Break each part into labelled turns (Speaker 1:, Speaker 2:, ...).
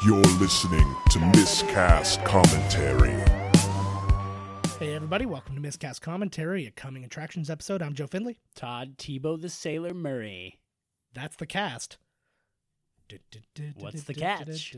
Speaker 1: You're listening to Miscast Commentary.
Speaker 2: Hey everybody, welcome to Miscast Commentary, a coming attractions episode. I'm Joe Finley.
Speaker 3: Todd Tebow the Sailor Murray.
Speaker 2: That's the cast.
Speaker 3: What's the catch?
Speaker 2: Is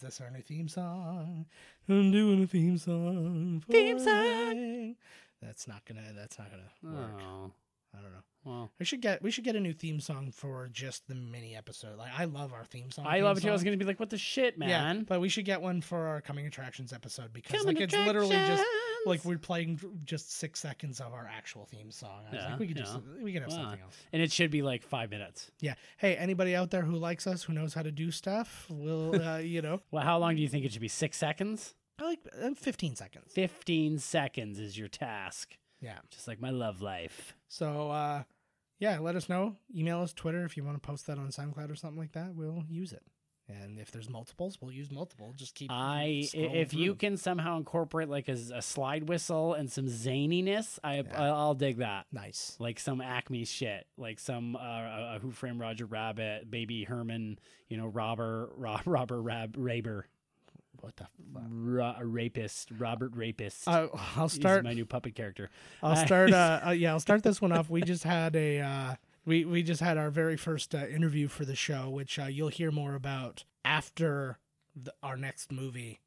Speaker 2: this our new theme song? I'm doing a theme song. for
Speaker 3: Theme song.
Speaker 2: everything. That's not gonna. That's not gonna work.
Speaker 3: Oh,
Speaker 2: I don't know.
Speaker 3: well.
Speaker 2: We should get. We should get a new theme song for just the mini episode. Like I love our theme song.
Speaker 3: I
Speaker 2: theme
Speaker 3: love it too. I was
Speaker 2: song.
Speaker 3: going to be like, what the shit,
Speaker 2: Yeah,
Speaker 3: man?
Speaker 2: but we should get one for our coming attractions episode because
Speaker 3: Coming
Speaker 2: like it's literally just
Speaker 3: attractions.
Speaker 2: like we're playing just six seconds of our actual theme song. I was
Speaker 3: Yeah,
Speaker 2: like, we could just
Speaker 3: yeah.
Speaker 2: we could have
Speaker 3: Wow.
Speaker 2: something else.
Speaker 3: And it should be like five minutes.
Speaker 2: Yeah. Hey, anybody out there who likes us, who knows how to do stuff, will uh, you know?
Speaker 3: Well, how long do you think it should be? Six seconds?
Speaker 2: I like uh, fifteen seconds.
Speaker 3: 15 seconds is your task.
Speaker 2: Yeah.
Speaker 3: Just like my love life.
Speaker 2: So uh, yeah, let us know. Email us, Twitter, if you want to post that on SoundCloud or something like that. We'll use it. And if there's multiples, we'll use multiple. Just keep.
Speaker 3: I i-
Speaker 2: scrolling
Speaker 3: if you
Speaker 2: through.
Speaker 3: can somehow incorporate like a, z- a slide whistle and some zaniness, I
Speaker 2: Yeah.
Speaker 3: I- I'll dig that.
Speaker 2: nice.
Speaker 3: Like some Acme shit, like some uh, uh, Who Framed Roger Rabbit, Baby Herman, you know, Robber, Rob, Robber, Rab, Raber,
Speaker 2: What the fuck?
Speaker 3: Ra- rapist, Robert Rapist.
Speaker 2: Uh, I'll
Speaker 3: He's
Speaker 2: start.
Speaker 3: my new puppet character.
Speaker 2: I'll start. Uh, uh, yeah, I'll start this one off. We just had a uh, we we just had our very first uh, interview for the show, which uh, you'll hear more about after the, our next movie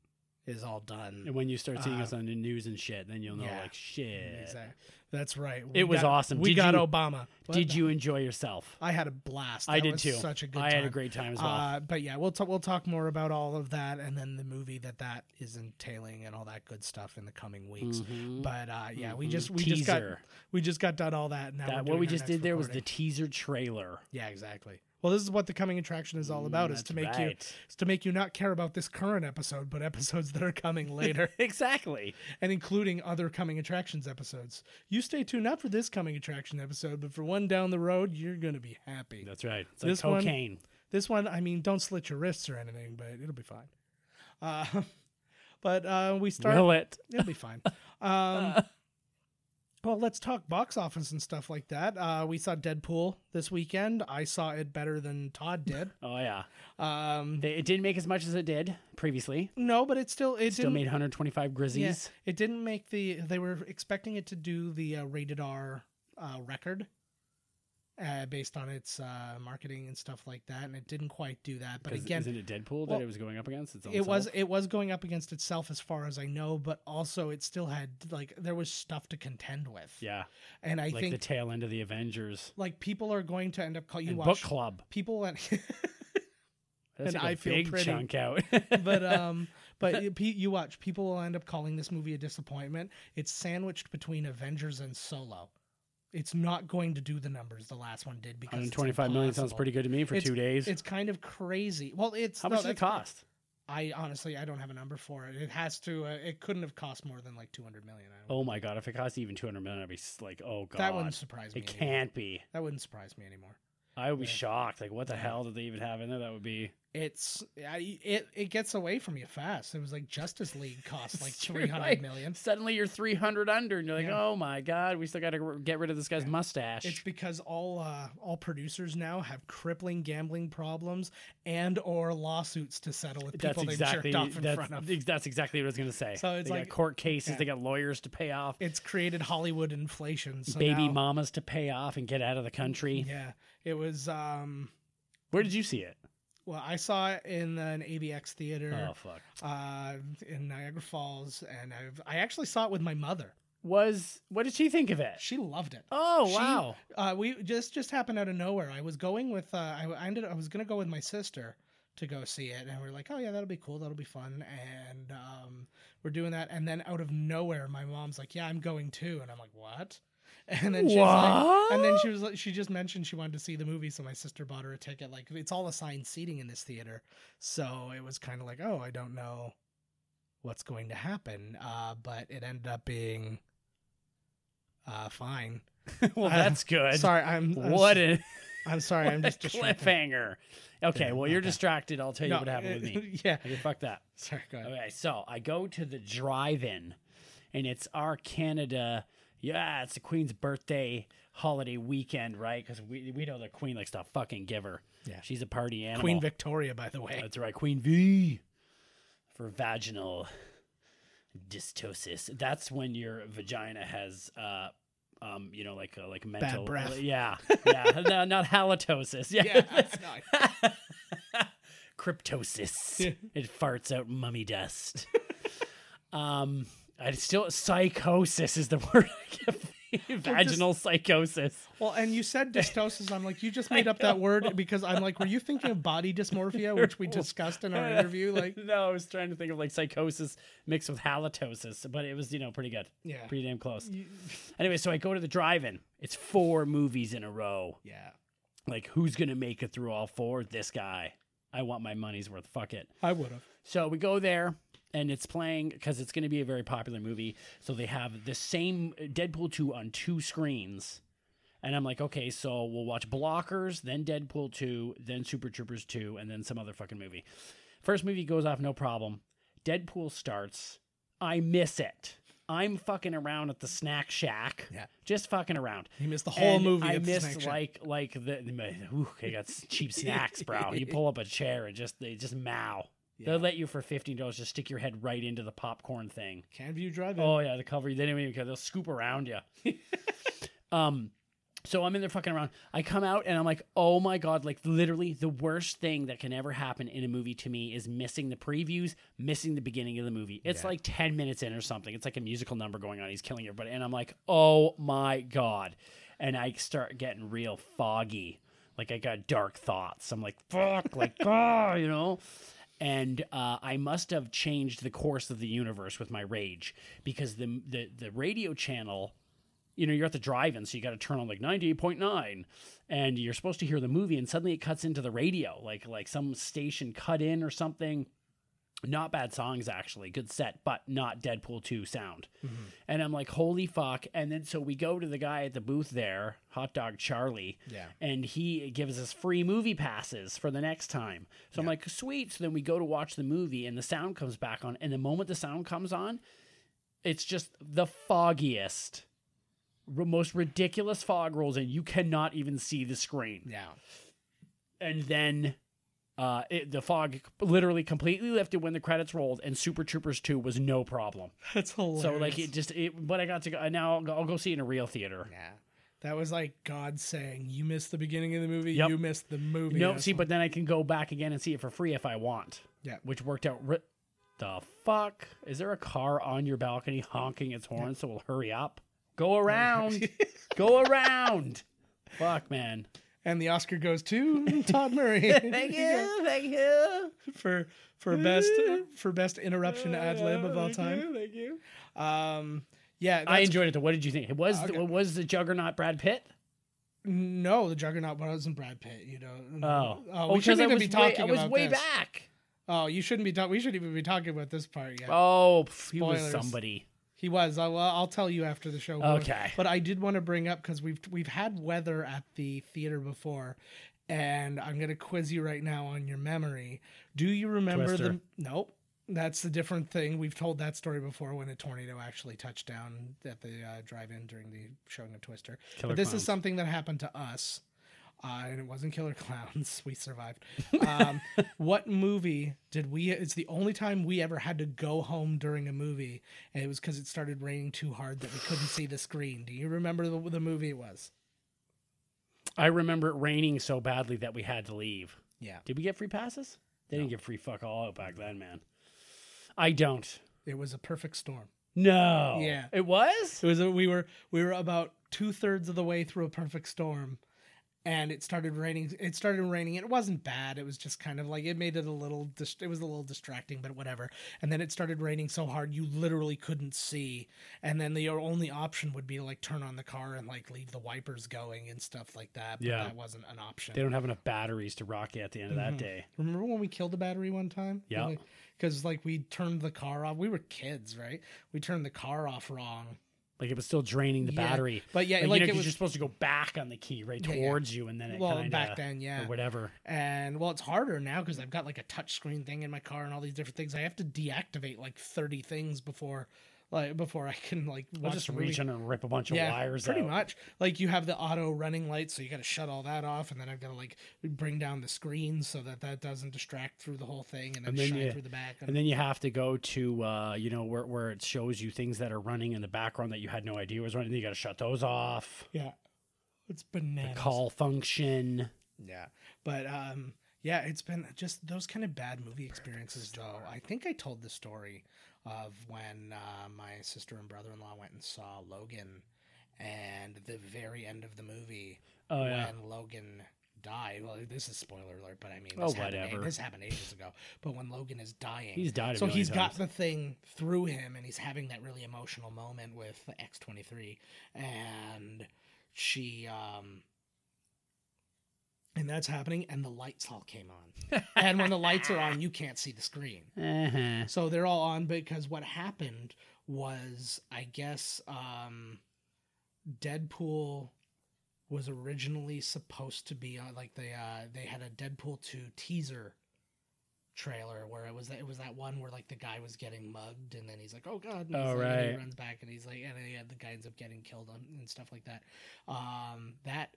Speaker 2: is all
Speaker 3: And
Speaker 2: done.
Speaker 3: when you start seeing
Speaker 2: Uh,
Speaker 3: us on the news and shit, then you'll know
Speaker 2: yeah.
Speaker 3: like shit.
Speaker 2: Exactly. That's right.
Speaker 3: It was
Speaker 2: got-
Speaker 3: awesome.
Speaker 2: We
Speaker 3: Did
Speaker 2: got
Speaker 3: you-
Speaker 2: Obama. What
Speaker 3: Did
Speaker 2: the-
Speaker 3: you enjoy yourself?
Speaker 2: I had a blast.
Speaker 3: I
Speaker 2: That
Speaker 3: did
Speaker 2: was
Speaker 3: too.
Speaker 2: Such a good.
Speaker 3: I had a
Speaker 2: time.
Speaker 3: great time as well.
Speaker 2: Uh, but yeah, we'll t- we'll talk more about all of that and then the movie that that is entailing and all that good stuff in the coming weeks.
Speaker 3: Mhm.
Speaker 2: But uh, yeah, we
Speaker 3: Mhm.
Speaker 2: just we just got
Speaker 3: Teaser.
Speaker 2: we just got done all that. and Now we're
Speaker 3: that
Speaker 2: doing
Speaker 3: what we
Speaker 2: our
Speaker 3: just
Speaker 2: next
Speaker 3: did there was
Speaker 2: recording.
Speaker 3: the teaser trailer. Mm,
Speaker 2: Yeah, exactly. Well, this is what the coming attraction is all about: is
Speaker 3: that's
Speaker 2: to make you
Speaker 3: right.
Speaker 2: is to make you not care about this current episode, but episodes that are coming later,
Speaker 3: Exactly.
Speaker 2: and including other coming attractions episodes. You stay tuned not for this coming attraction episode, but for one down the road, you're gonna be happy.
Speaker 3: That's right. It's
Speaker 2: This
Speaker 3: like
Speaker 2: one-
Speaker 3: cocaine.
Speaker 2: This one, I mean, don't slit your wrists or anything, but it'll be fine. Uh, but uh, we start.
Speaker 3: Will it?
Speaker 2: It'll be fine. Um, well, let's talk box office and stuff like that. Uh, we saw Deadpool this weekend. I saw it better than Todd did.
Speaker 3: Oh yeah.
Speaker 2: Um,
Speaker 3: They, it didn't make as much as it did previously.
Speaker 2: no, but it still it
Speaker 3: Still
Speaker 2: didn't,
Speaker 3: made 125 grizzies.
Speaker 2: yeah, it didn't make the. They were expecting it to do the uh, rated R uh, record. Uh, based on its uh, marketing and stuff like that, and it didn't quite do that. But
Speaker 3: 'Cause
Speaker 2: again,
Speaker 3: isn't it Deadpool
Speaker 2: well,
Speaker 3: that it was going up against? It's
Speaker 2: it was it was going up against itself as far as I know, but also it still had like there was stuff to contend with.
Speaker 3: Yeah,
Speaker 2: and I
Speaker 3: like
Speaker 2: think
Speaker 3: the tail end of the Avengers
Speaker 2: like people are going to end up calling you
Speaker 3: and
Speaker 2: watch
Speaker 3: book club.
Speaker 2: people and And
Speaker 3: That's like
Speaker 2: I
Speaker 3: a
Speaker 2: feel
Speaker 3: big
Speaker 2: pretty.
Speaker 3: chunk out.
Speaker 2: but um but you, pe- you watch people will end up calling this movie a disappointment. It's sandwiched between Avengers and Solo. It's not going to do the numbers the last one did because it's
Speaker 3: 125 million sounds
Speaker 2: impossible.
Speaker 3: pretty good to me for
Speaker 2: It's-
Speaker 3: two days.
Speaker 2: It's kind of crazy. Well, it's
Speaker 3: How
Speaker 2: no,
Speaker 3: much did it
Speaker 2: that's-
Speaker 3: cost?
Speaker 2: I honestly I don't have a number for it. It has to. Uh, it couldn't have cost more than like two hundred million. I don't
Speaker 3: Oh my god! If it cost even 200 million, I'd be s- like, oh god,
Speaker 2: That wouldn't surprise me.
Speaker 3: it
Speaker 2: anymore.
Speaker 3: can't be.
Speaker 2: That wouldn't surprise me anymore.
Speaker 3: I would be
Speaker 2: Yeah.
Speaker 3: shocked. Like, what the
Speaker 2: Yeah.
Speaker 3: hell did they even have in there? That would be
Speaker 2: It's I, it it gets away from you fast. It was like Justice League cost like
Speaker 3: It's true,
Speaker 2: three hundred
Speaker 3: right?
Speaker 2: million.
Speaker 3: suddenly you're 300 under, and you're like,
Speaker 2: Yeah.
Speaker 3: oh my god, we still got to get rid of this guy's mustache.
Speaker 2: It's because all uh, all producers now have crippling gambling problems and or lawsuits to settle with people
Speaker 3: that's
Speaker 2: they've
Speaker 3: exactly
Speaker 2: jerked off in
Speaker 3: that's, e
Speaker 2: front of.
Speaker 3: ex- that's exactly what I was gonna say.
Speaker 2: So it's
Speaker 3: they
Speaker 2: like-
Speaker 3: got court cases,
Speaker 2: yeah.
Speaker 3: they got lawyers to pay off,
Speaker 2: It's created Hollywood inflation. So
Speaker 3: baby
Speaker 2: now-
Speaker 3: mamas to pay off and get out of the country.
Speaker 2: Yeah, it was. um
Speaker 3: Where did you see it?
Speaker 2: Well, I saw it in an ABX theater
Speaker 3: Oh fuck!
Speaker 2: uh, in Niagara Falls, and I've, I actually saw it with my mother.
Speaker 3: Was what did she think of it?
Speaker 2: She loved it.
Speaker 3: Oh
Speaker 2: She-
Speaker 3: wow!
Speaker 2: Uh, we just just happened out of nowhere. I was going with uh, I, I ended I was gonna go with my sister to go see it, and we are like, oh yeah, that'll be cool, that'll be fun, and um, we're doing that. And then out of nowhere, my mom's like, yeah, I'm going too, and I'm like, what? And then she's like,
Speaker 3: What?
Speaker 2: and then she was like, she just mentioned she wanted to see the movie, so my sister bought her a ticket. Like it's all assigned seating in this theater, so it was kind of like, oh, I don't know what's going to happen, uh, but it ended up being uh, fine.
Speaker 3: well,
Speaker 2: I-
Speaker 3: that's good.
Speaker 2: Sorry, I'm, I'm
Speaker 3: What
Speaker 2: s-
Speaker 3: a,
Speaker 2: I'm sorry,
Speaker 3: what
Speaker 2: I'm
Speaker 3: a
Speaker 2: just distracted.
Speaker 3: cliffhanger. Okay,
Speaker 2: Yeah,
Speaker 3: well, you're
Speaker 2: okay.
Speaker 3: distracted. I'll tell you
Speaker 2: No,
Speaker 3: what happened with me. Oh,
Speaker 2: yeah,
Speaker 3: Okay, fuck that.
Speaker 2: sorry, go ahead.
Speaker 3: Okay, so I go to the drive-in, and it's our Canada. Yeah, it's the Queen's birthday holiday weekend, right? Because we we know the Queen likes to fucking give her. Yeah. She's a party animal.
Speaker 2: Queen Victoria, by the way.
Speaker 3: That's right, Queen V for vaginal dystosis. That's when your vagina has uh um you know like uh, like mental
Speaker 2: breath.
Speaker 3: yeah. Yeah, no, not halitosis. Yeah. Cryptosis. it farts out mummy dust. um I still psychosis is the word I kept thinking. Vaginal psychosis.
Speaker 2: Well, and you said dystosis. I'm like, you just made up that word because I'm like, were you thinking of body dysmorphia, which we discussed in our interview? Like,
Speaker 3: no, I was trying to think of like psychosis mixed with halitosis, but it was you know pretty good,
Speaker 2: Yeah.
Speaker 3: pretty damn close. Anyway, so I go to the drive-in. It's four movies in a row.
Speaker 2: yeah.
Speaker 3: Like, who's gonna make it through all four? This guy. I want my money's worth. Fuck it.
Speaker 2: I would have.
Speaker 3: So we go there and it's playing because it's going to be a very popular movie. So they have the same Deadpool 2 on two screens. And I'm like, okay, so we'll watch Blockers, then Deadpool 2, then Super Troopers 2, and then some other fucking movie. First movie goes off no problem. Deadpool starts. I miss it. I'm fucking around at the snack shack.
Speaker 2: Yeah.
Speaker 3: Just fucking around.
Speaker 2: You missed the whole
Speaker 3: And
Speaker 2: movie.
Speaker 3: I
Speaker 2: at the
Speaker 3: miss
Speaker 2: snack shack.
Speaker 3: like like the, the ooh, they got s- cheap snacks, bro. You pull up a chair and just they just mow.
Speaker 2: Yeah.
Speaker 3: They'll let you for fifteen dollars just stick your head right into the popcorn thing.
Speaker 2: Can View Drive-In.
Speaker 3: Oh yeah, the cover. They don't even care. They'll scoop around you. um, so I'm in there fucking around. I come out and I'm like, oh my god! Like literally, the worst thing that can ever happen in a movie to me is missing the previews, missing the beginning of the movie. It's like ten minutes in or something. It's like a musical number going on. He's killing everybody, and I'm like, oh my god! And I start getting real foggy. Like I got dark thoughts. I'm like, fuck, like, ah, you know and uh, I must have changed the course of the universe with my rage because the the, the radio channel, you know, you're at the drive-in, so you got to turn on like ninety eight point nine, and you're supposed to hear the movie, and suddenly it cuts into the radio, like like some station cut in or something. Not bad songs actually, good set, but not Deadpool two sound. And I'm like, holy fuck! And then so we go to the guy at the booth there, Hot Dog Charlie,
Speaker 2: Yeah.
Speaker 3: and he gives us free movie passes for the next time. So I'm like, sweet. So then we go to watch the movie, and the sound comes back on. And the moment the sound comes on, it's just the foggiest, r- most ridiculous fog rolls, and you cannot even see the screen
Speaker 2: yeah.
Speaker 3: and then uh, it, the fog literally completely lifted when the credits rolled, and Super Troopers Two was no problem.
Speaker 2: That's hilarious.
Speaker 3: So like it just, it, but I got to go now. I'll go, I'll go see it in a real theater.
Speaker 2: Yeah. That was like God saying, "You missed the beginning of the movie.
Speaker 3: Yep.
Speaker 2: You missed the movie."
Speaker 3: No,
Speaker 2: That's
Speaker 3: see,
Speaker 2: what-
Speaker 3: but then I can go back again and see it for free if I want.
Speaker 2: Yeah.
Speaker 3: which worked out. Ri- the fuck is there a car on your balcony honking its horn? So we'll hurry up. Go around. go around. Fuck, man.
Speaker 2: and the Oscar goes to Todd Murray. Thank
Speaker 3: Thank you.
Speaker 2: for for best for best interruption ad lib of all time.
Speaker 3: Thank you.
Speaker 2: Um, yeah,
Speaker 3: I
Speaker 2: that's- Ah,
Speaker 3: enjoyed it. though. What did you think? It was
Speaker 2: Okay.
Speaker 3: the, was the Juggernaut Brad Pitt?
Speaker 2: no, the Juggernaut wasn't Brad Pitt. You know.
Speaker 3: Oh,
Speaker 2: Mm-hmm. we shouldn't even be talking
Speaker 3: Way, I was
Speaker 2: about
Speaker 3: way
Speaker 2: this.
Speaker 3: back.
Speaker 2: Oh, you shouldn't be talking. We shouldn't even be talking about this part yet.
Speaker 3: Oh, pff, he was
Speaker 2: Spoilers.
Speaker 3: somebody.
Speaker 2: He was. I'll, I'll tell you after the show.
Speaker 3: Okay.
Speaker 2: But I did want to bring up because we've we've had weather at the theater before, and I'm gonna quiz you right now on your memory. Do you remember the?
Speaker 3: Twister.
Speaker 2: Nope. That's a different thing. We've told that story before when a tornado actually touched down at the uh, drive-in during the showing of Twister.
Speaker 3: Killer
Speaker 2: but this
Speaker 3: Clowns.
Speaker 2: is something that happened to us, uh, and it wasn't Killer Clowns. We survived. Um, what movie did we? It's the only time we ever had to go home during a movie, and it was because it started raining too hard that we couldn't see the screen. Do you remember the, the movie it was?
Speaker 3: I remember it raining so badly that we had to leave.
Speaker 2: Yeah,
Speaker 3: Did we get free passes? They didn't get free fuck all out back then, man. I don't.
Speaker 2: it was a perfect storm.
Speaker 3: No.
Speaker 2: Yeah.
Speaker 3: It was.
Speaker 2: It was we were we were about two thirds of the way through a perfect storm, and it started raining. It started raining. It wasn't bad. It was just kind of like it made it a little. Dis- it was a little distracting, but whatever. And then it started raining so hard you literally couldn't see. And then the, your only option would be to like turn on the car and like leave the wipers going and stuff like that. But
Speaker 3: Yeah.
Speaker 2: that wasn't an option.
Speaker 3: They don't have enough batteries to rock you at the end of
Speaker 2: Mm-hmm.
Speaker 3: that day.
Speaker 2: Remember when we killed a battery one time?
Speaker 3: Yeah.
Speaker 2: Because like we turned the car off. We were kids, right? We turned the car off wrong.
Speaker 3: Like it was still draining the
Speaker 2: Yeah.
Speaker 3: battery.
Speaker 2: But yeah,
Speaker 3: Like,
Speaker 2: like
Speaker 3: you know,
Speaker 2: it
Speaker 3: 'cause
Speaker 2: was-
Speaker 3: you're supposed to go back on the key right
Speaker 2: Yeah, yeah.
Speaker 3: towards you, and then it
Speaker 2: Well,
Speaker 3: kinda,
Speaker 2: back then, yeah.
Speaker 3: or whatever.
Speaker 2: and well it's harder now because i've got like a touch screen thing in my car and all these different things i have to deactivate like 30 things before like before I can like
Speaker 3: I'll
Speaker 2: watch
Speaker 3: just
Speaker 2: the movie.
Speaker 3: reach in and rip a bunch of wires
Speaker 2: pretty
Speaker 3: out.
Speaker 2: much. Like you have the auto running lights, so you got to shut all that off, and then I've got to like bring down the screen so that that doesn't distract through the whole thing, and then,
Speaker 3: And then
Speaker 2: shine
Speaker 3: you-
Speaker 2: through the back. And,
Speaker 3: And then you have to go to uh, you know where, where it shows you things that are running in the background that you had no idea was running. You got to shut those off.
Speaker 2: yeah, it's
Speaker 3: The
Speaker 2: bananas.
Speaker 3: call function.
Speaker 2: Yeah, but um, yeah, it's been just those kind of bad movie experiences. Though I think I told the story of when uh, my sister and brother-in-law went and saw Logan, and the very end of the movie.
Speaker 3: Oh yeah.
Speaker 2: when Logan died. Well, this is spoiler alert, but I mean,
Speaker 3: Oh,
Speaker 2: this, happened,
Speaker 3: whatever.
Speaker 2: this happened ages ago. But when Logan is dying,
Speaker 3: He's died a
Speaker 2: so
Speaker 3: million
Speaker 2: he's got
Speaker 3: times.
Speaker 2: the thing through him, and he's having that really emotional moment with X twenty three, and she, um, and that's happening, and the lights all came on, and when the lights are on, you can't see the screen.
Speaker 3: Uh-huh.
Speaker 2: So they're all on because what happened was, I guess, um, Deadpool was originally supposed to be on like they uh, they had a Deadpool two teaser trailer where it was that it was that one where like the guy was getting mugged and then he's like oh god and, he's like,
Speaker 3: Oh,
Speaker 2: and then he
Speaker 3: right.
Speaker 2: runs back and he's like and then yeah, the guy ends up getting killed on, and stuff like that um that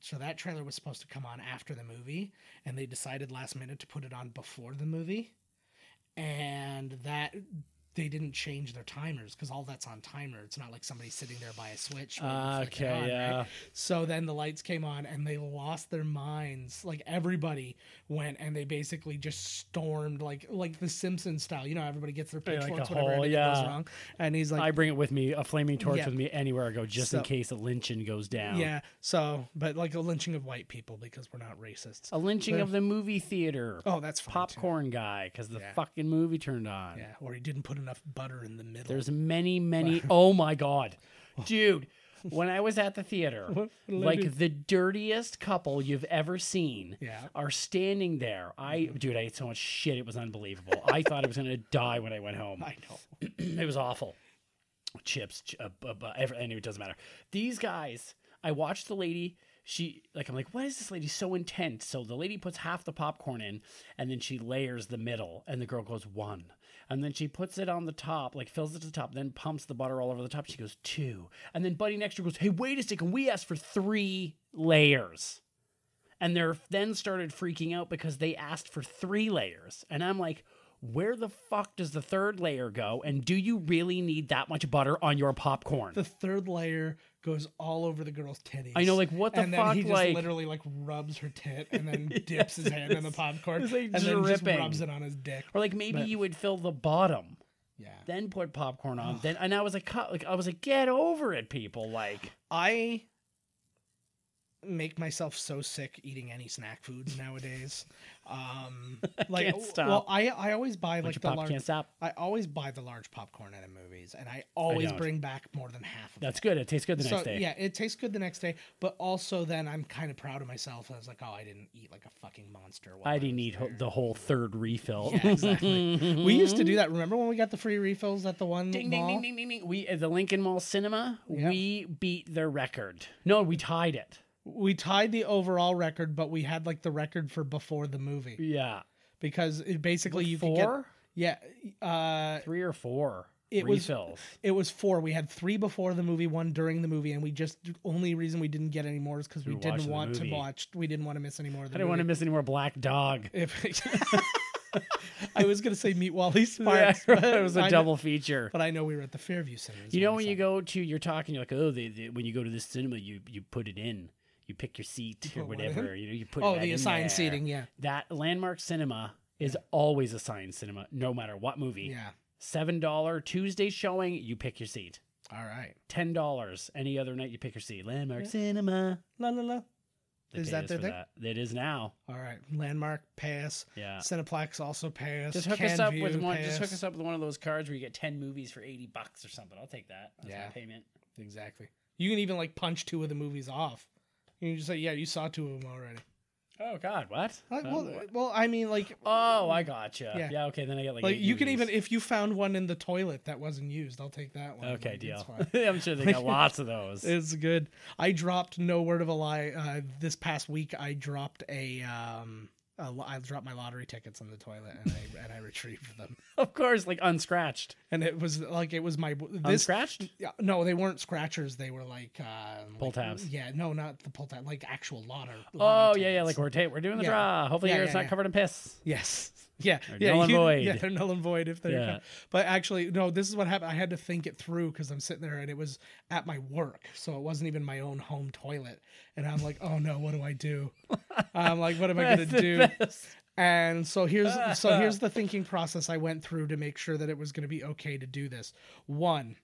Speaker 2: so that trailer was supposed to come on after the movie and they decided last minute to put it on before the movie and that they didn't change their timers because all that's on timer it's not like somebody sitting there by a switch waiting to flick it
Speaker 3: Okay,
Speaker 2: on, right?
Speaker 3: yeah.
Speaker 2: so then the lights came on and they lost their minds like everybody went and they basically just stormed like like the simpsons style you know everybody gets their
Speaker 3: Yeah, like a
Speaker 2: pitchforks whatever
Speaker 3: hole,
Speaker 2: anything goes
Speaker 3: yeah.
Speaker 2: wrong and he's like
Speaker 3: I bring it with me, a flaming torch
Speaker 2: Yeah.
Speaker 3: with me anywhere I go, just in
Speaker 2: So-
Speaker 3: case a lynching goes down.
Speaker 2: yeah so but like a lynching of white people because we're not racists
Speaker 3: A lynching
Speaker 2: But-
Speaker 3: of the movie theater.
Speaker 2: oh that's fine, too.
Speaker 3: popcorn guy because the
Speaker 2: Yeah.
Speaker 3: fucking movie turned on.
Speaker 2: yeah or he didn't put enough butter in the middle
Speaker 3: There's many, many. oh my god, dude! When I was at the theater,
Speaker 2: did I do?
Speaker 3: like the dirtiest couple you've ever seen
Speaker 2: Yeah. Mm-hmm.
Speaker 3: are standing there. I, dude, I ate so much shit; it was unbelievable. I thought I was gonna die when I went home.
Speaker 2: i know
Speaker 3: it was awful. Chips, ch- uh, bu- bu- every- anyway, it doesn't matter. These guys, I watched the lady. She like I'm like, why is this lady so intense? So the lady puts half the popcorn in, and then she layers the middle, and the girl goes one, and then she puts it on the top, like fills it to the top, then pumps the butter all over the top. She goes two, and then buddy next to her goes, hey, wait a second, we asked for three layers and they're then started freaking out because they asked for three layers and i'm like where the fuck does the third layer go and do you really need that much butter on your popcorn
Speaker 2: the third layer goes all over the girl's titties.
Speaker 3: I know, like, what the
Speaker 2: and
Speaker 3: fuck,
Speaker 2: Then he just
Speaker 3: like-
Speaker 2: literally like rubs her tit and then dips his hand in the popcorn
Speaker 3: it's, like,
Speaker 2: and then just
Speaker 3: dripping.
Speaker 2: rubs it on his dick.
Speaker 3: or like maybe
Speaker 2: But-
Speaker 3: you would fill the bottom
Speaker 2: Yeah,
Speaker 3: then put popcorn on then and i was like cut like i was like get over it people like
Speaker 2: I make myself so sick eating any snack foods nowadays. Um, like,
Speaker 3: can't stop.
Speaker 2: well, I I always buy
Speaker 3: like
Speaker 2: like
Speaker 3: your
Speaker 2: the
Speaker 3: pop
Speaker 2: large.
Speaker 3: can't stop
Speaker 2: I always buy the large popcorn at the movies, and I always
Speaker 3: don't.
Speaker 2: bring back more than half of it.
Speaker 3: that's good it tastes good the
Speaker 2: so
Speaker 3: next day
Speaker 2: yeah, it tastes good the next day, but also then I'm kind of proud of myself. I was like, oh, I didn't eat like a fucking monster. While
Speaker 3: i didn't
Speaker 2: was
Speaker 3: need ho-
Speaker 2: there."
Speaker 3: the whole third refill
Speaker 2: Yeah, exactly. we used to do that. Remember when we got the free refills at the one
Speaker 3: Ding, ding,
Speaker 2: mall?
Speaker 3: ding, ding, ding, ding. We at the Lincoln Mall Cinema,
Speaker 2: Yeah.
Speaker 3: we beat their record. No, we tied it.
Speaker 2: We tied the overall record, but we had like the record for before the movie
Speaker 3: Yeah,
Speaker 2: because it basically you could
Speaker 3: four,
Speaker 2: get yeah. Uh,
Speaker 3: three or four
Speaker 2: It was-
Speaker 3: refills.
Speaker 2: it was four. We had three before the movie, one during the movie, and we just only reason we didn't get any more is because we
Speaker 3: were
Speaker 2: didn't
Speaker 3: watching the
Speaker 2: want to
Speaker 3: movie.
Speaker 2: watch. We didn't want to miss any more. Of the
Speaker 3: I didn't want to
Speaker 2: movie.
Speaker 3: miss any more Black Dog.
Speaker 2: If I was gonna say meet Wally
Speaker 3: Yeah,
Speaker 2: Sparks, but
Speaker 3: it was
Speaker 2: I
Speaker 3: a
Speaker 2: know-
Speaker 3: double feature.
Speaker 2: But I know we were at the Fairview Cinema.
Speaker 3: You know when you go to you're talking, you're like, oh, they, they, when you go to this cinema, you you put it in, you pick your seat or
Speaker 2: put what in?
Speaker 3: whatever. You know, you put it
Speaker 2: Oh,
Speaker 3: right
Speaker 2: the
Speaker 3: in
Speaker 2: assigned
Speaker 3: there.
Speaker 2: seating. Yeah,
Speaker 3: That landmark cinema is always assigned cinema, no matter what movie.
Speaker 2: yeah.
Speaker 3: Seven dollar Tuesday showing, you pick your seat.
Speaker 2: All right.
Speaker 3: Ten dollars any other night, you pick your seat. Landmark cinema.
Speaker 2: La la la.
Speaker 3: They
Speaker 2: Is
Speaker 3: paid
Speaker 2: that
Speaker 3: us
Speaker 2: their
Speaker 3: for
Speaker 2: thing?
Speaker 3: That. It is now.
Speaker 2: All right. Landmark pass.
Speaker 3: Yeah.
Speaker 2: Cineplex also pass.
Speaker 3: Just hook us up with
Speaker 2: Canview,
Speaker 3: one. Just hook
Speaker 2: pass.
Speaker 3: us up with one of those cards where you get ten movies for eighty bucks or something. I'll take that. That's
Speaker 2: Yeah.
Speaker 3: my payment.
Speaker 2: Exactly. You can even like punch two of the movies off. You can just say, yeah, you saw two of them already.
Speaker 3: Oh God, what?
Speaker 2: Like,
Speaker 3: Um,
Speaker 2: Uh, well,
Speaker 3: what?
Speaker 2: well, I mean, like,
Speaker 3: oh, I gotcha.
Speaker 2: Yeah.
Speaker 3: Yeah. okay. Then I get like.
Speaker 2: like
Speaker 3: eight
Speaker 2: you can
Speaker 3: movies.
Speaker 2: even if you found one in the toilet that wasn't used, I'll take that one.
Speaker 3: Okay,
Speaker 2: Like, it's
Speaker 3: deal.
Speaker 2: fine.
Speaker 3: I'm sure they got lots of those.
Speaker 2: It's good. I dropped no word of a lie. Uh, this past week, I dropped a um, Uh, lo- I dropped my lottery tickets in the toilet and I and I retrieved them.
Speaker 3: Of course, like unscratched.
Speaker 2: And it was like it was my this
Speaker 3: Unscratched?
Speaker 2: Yeah, no, they weren't scratchers. They were like um,
Speaker 3: Pull
Speaker 2: like-
Speaker 3: tabs.
Speaker 2: Yeah, no, not the pull tab, like actual lotter.
Speaker 3: Oh
Speaker 2: lottery
Speaker 3: yeah, yeah. Like
Speaker 2: tickets.
Speaker 3: we're ta- we're doing the
Speaker 2: Yeah.
Speaker 3: draw. Hopefully,
Speaker 2: Yeah,
Speaker 3: yours
Speaker 2: yeah,
Speaker 3: not
Speaker 2: yeah.
Speaker 3: covered in piss.
Speaker 2: yes, yeah,
Speaker 3: Or
Speaker 2: yeah,
Speaker 3: null and
Speaker 2: you-
Speaker 3: void.
Speaker 2: Yeah, they're null and void if they're.
Speaker 3: Yeah.
Speaker 2: But actually, no, this is what happened. I had to think it through because I'm sitting there and it was at my work, so it wasn't even my own home toilet. And I'm like, oh no, what do I do? I'm like, what am I gonna
Speaker 3: That's the
Speaker 2: do?
Speaker 3: best.
Speaker 2: And so here's so here's the thinking process I went through to make sure that it was going to be okay to do this. One,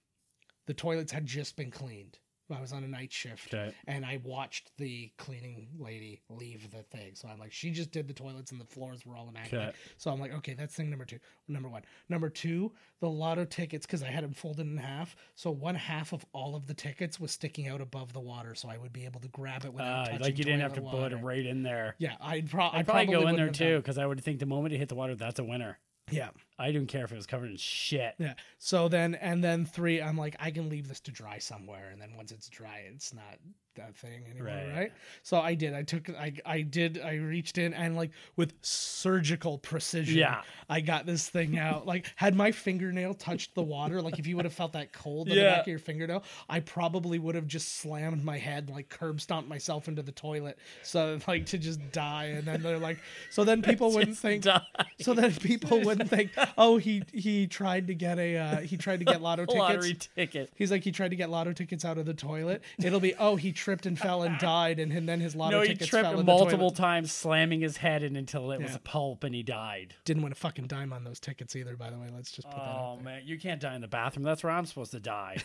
Speaker 2: the toilets had just been cleaned. I was on a night shift
Speaker 3: Okay.
Speaker 2: and I watched the cleaning lady leave the thing. So I'm like, she just did the toilets and the floors were all immaculate.
Speaker 3: Okay.
Speaker 2: So I'm like, okay, that's thing number two. Number one. Number two, the lotto tickets, because I had them folded in half. So one half of all of the tickets was sticking out above the water. So I would be able to grab it without
Speaker 3: Uh,
Speaker 2: touching
Speaker 3: like you didn't have to
Speaker 2: toilet
Speaker 3: put
Speaker 2: water.
Speaker 3: it right in there.
Speaker 2: Yeah, I'd, pro-
Speaker 3: I'd
Speaker 2: I'd
Speaker 3: probably, go in
Speaker 2: wouldn't
Speaker 3: there
Speaker 2: have done
Speaker 3: too because I would think the moment it hit the water, that's a winner.
Speaker 2: it. Yeah.
Speaker 3: I didn't care if it was covered in shit.
Speaker 2: Yeah. So then, and then three, I'm like, I can leave this to dry somewhere, and then once it's dry, it's not that thing anymore,
Speaker 3: Right.
Speaker 2: right? So I did. I took. I I did. I reached in and like with surgical precision,
Speaker 3: Yeah.
Speaker 2: I got this thing out. like, had my fingernail touched the water, like if you would have felt that cold on the
Speaker 3: Yeah.
Speaker 2: back of your fingernail, I probably would have just slammed my head, and, like curb stomped myself into the toilet, so like to just die. And then they're like, so then people wouldn't
Speaker 3: Just
Speaker 2: think
Speaker 3: die.
Speaker 2: so that people wouldn't think, oh, he he tried to get a uh, he tried to get lotto tickets.
Speaker 3: lottery ticket.
Speaker 2: He's like he tried to get lotto tickets out of the toilet. It'll be oh he tripped and fell and died and, and then his lotto
Speaker 3: No, he
Speaker 2: tickets fell
Speaker 3: tripped
Speaker 2: in
Speaker 3: multiple
Speaker 2: the toilet.
Speaker 3: times, slamming his head in until it was
Speaker 2: Yeah.
Speaker 3: a pulp and he died.
Speaker 2: Didn't win a fucking dime on those tickets either. By the way, let's just put that.
Speaker 3: Oh
Speaker 2: out there.
Speaker 3: man, you can't die in the bathroom. That's where I'm supposed to die.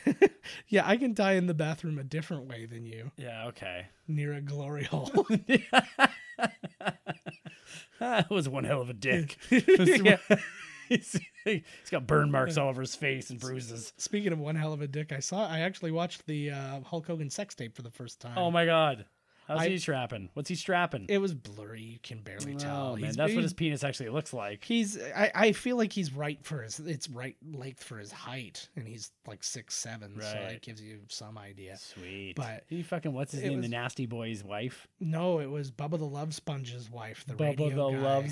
Speaker 2: Yeah, I can die in the bathroom a different way than you
Speaker 3: yeah, okay.
Speaker 2: near a glory hole.
Speaker 3: That was one hell of a dick. he's, he's got burn marks all over his face and bruises.
Speaker 2: Speaking of one hell of a dick, I saw I actually watched the uh, Hulk Hogan sex tape for the first time.
Speaker 3: Oh my god, how's
Speaker 2: I-
Speaker 3: he strapping? What's he strapping?
Speaker 2: It was blurry. You can barely tell.
Speaker 3: oh man,
Speaker 2: He's-
Speaker 3: that's what
Speaker 2: he's
Speaker 3: his penis actually looks like.
Speaker 2: He's I, I feel like he's right for his it's right length for his height and he's like six seven, so
Speaker 3: Right.
Speaker 2: that gives you some idea.
Speaker 3: Sweet.
Speaker 2: But-
Speaker 3: he fucking what's his
Speaker 2: it
Speaker 3: name?
Speaker 2: was-
Speaker 3: the nasty boy's wife.
Speaker 2: No, it was Bubba the Love Sponge's wife, the
Speaker 3: Bubba the
Speaker 2: radio guy,
Speaker 3: Love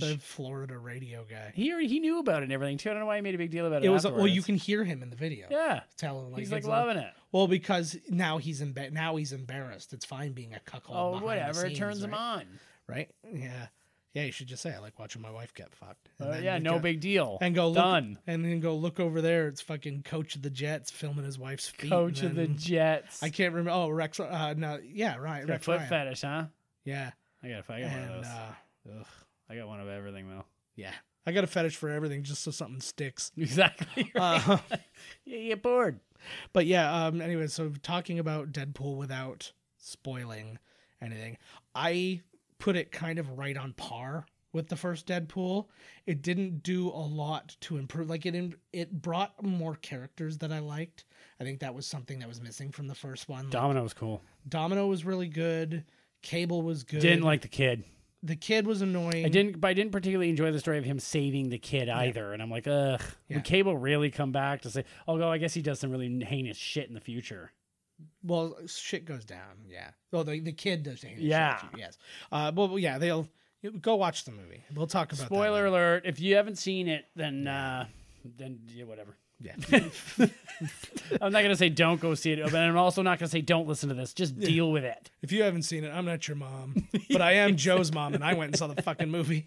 Speaker 2: the Florida radio guy.
Speaker 3: He already- he knew about it and everything too. I don't know why he made a big deal about it.
Speaker 2: It was well, you
Speaker 3: afterwards.
Speaker 2: can hear him in the video.
Speaker 3: yeah.
Speaker 2: Telling like
Speaker 3: He's like
Speaker 2: it's
Speaker 3: loving it.
Speaker 2: Well, because now he's emba- now he's embarrassed. It's fine being a cuckold.
Speaker 3: Oh
Speaker 2: behind the
Speaker 3: whatever, it
Speaker 2: scenes,
Speaker 3: turns
Speaker 2: right?
Speaker 3: him on.
Speaker 2: Right? Yeah. Yeah, you should just say I like watching my wife get fucked. And
Speaker 3: Uh,
Speaker 2: then
Speaker 3: yeah,
Speaker 2: look
Speaker 3: no
Speaker 2: at-
Speaker 3: big deal.
Speaker 2: and go look,
Speaker 3: done.
Speaker 2: and then go look over there. It's fucking coach of the Jets filming his wife's feet.
Speaker 3: Coach
Speaker 2: and
Speaker 3: of the
Speaker 2: then-
Speaker 3: Jets.
Speaker 2: I can't remember. Oh, Rex. Uh, no, yeah, right.
Speaker 3: got a
Speaker 2: Rex
Speaker 3: foot
Speaker 2: Ryan.
Speaker 3: fetish, huh?
Speaker 2: Yeah,
Speaker 3: I got, I got one of
Speaker 2: and
Speaker 3: those.
Speaker 2: uh, ugh,
Speaker 3: I got one of everything though.
Speaker 2: yeah, I got a fetish for everything just so something sticks.
Speaker 3: Exactly. right.
Speaker 2: Uh,
Speaker 3: you get bored.
Speaker 2: but yeah. Um. Anyway, so talking about Deadpool without spoiling anything, I put it kind of right on par with the first Deadpool. It didn't do a lot to improve. Like it, im- it brought more characters that I liked. I think that was something that was missing from the first one. Like,
Speaker 3: Domino was cool.
Speaker 2: Domino was really good. Cable was good.
Speaker 3: Didn't like the kid.
Speaker 2: the kid was annoying.
Speaker 3: I didn't, but I didn't particularly enjoy the story of him saving the kid either. And I'm like, ugh.
Speaker 2: Yeah.
Speaker 3: Would Cable really come back to say, although I guess he does some really heinous shit in the future?
Speaker 2: Well, shit goes down. Yeah. Well, the, the kid does. heinous shit
Speaker 3: Yeah.
Speaker 2: to you, Yes. Uh. Well. yeah. They'll you- go watch the movie. We'll talk about
Speaker 3: Spoiler
Speaker 2: That
Speaker 3: alert: If you haven't seen it, then uh, then yeah, whatever.
Speaker 2: later. Yeah.
Speaker 3: I'm not gonna say don't go see it, but I'm also not gonna say don't listen to this. Just deal with it.
Speaker 2: if you haven't seen it, I'm not your mom, but I am Joe's mom, and I went and saw the fucking movie.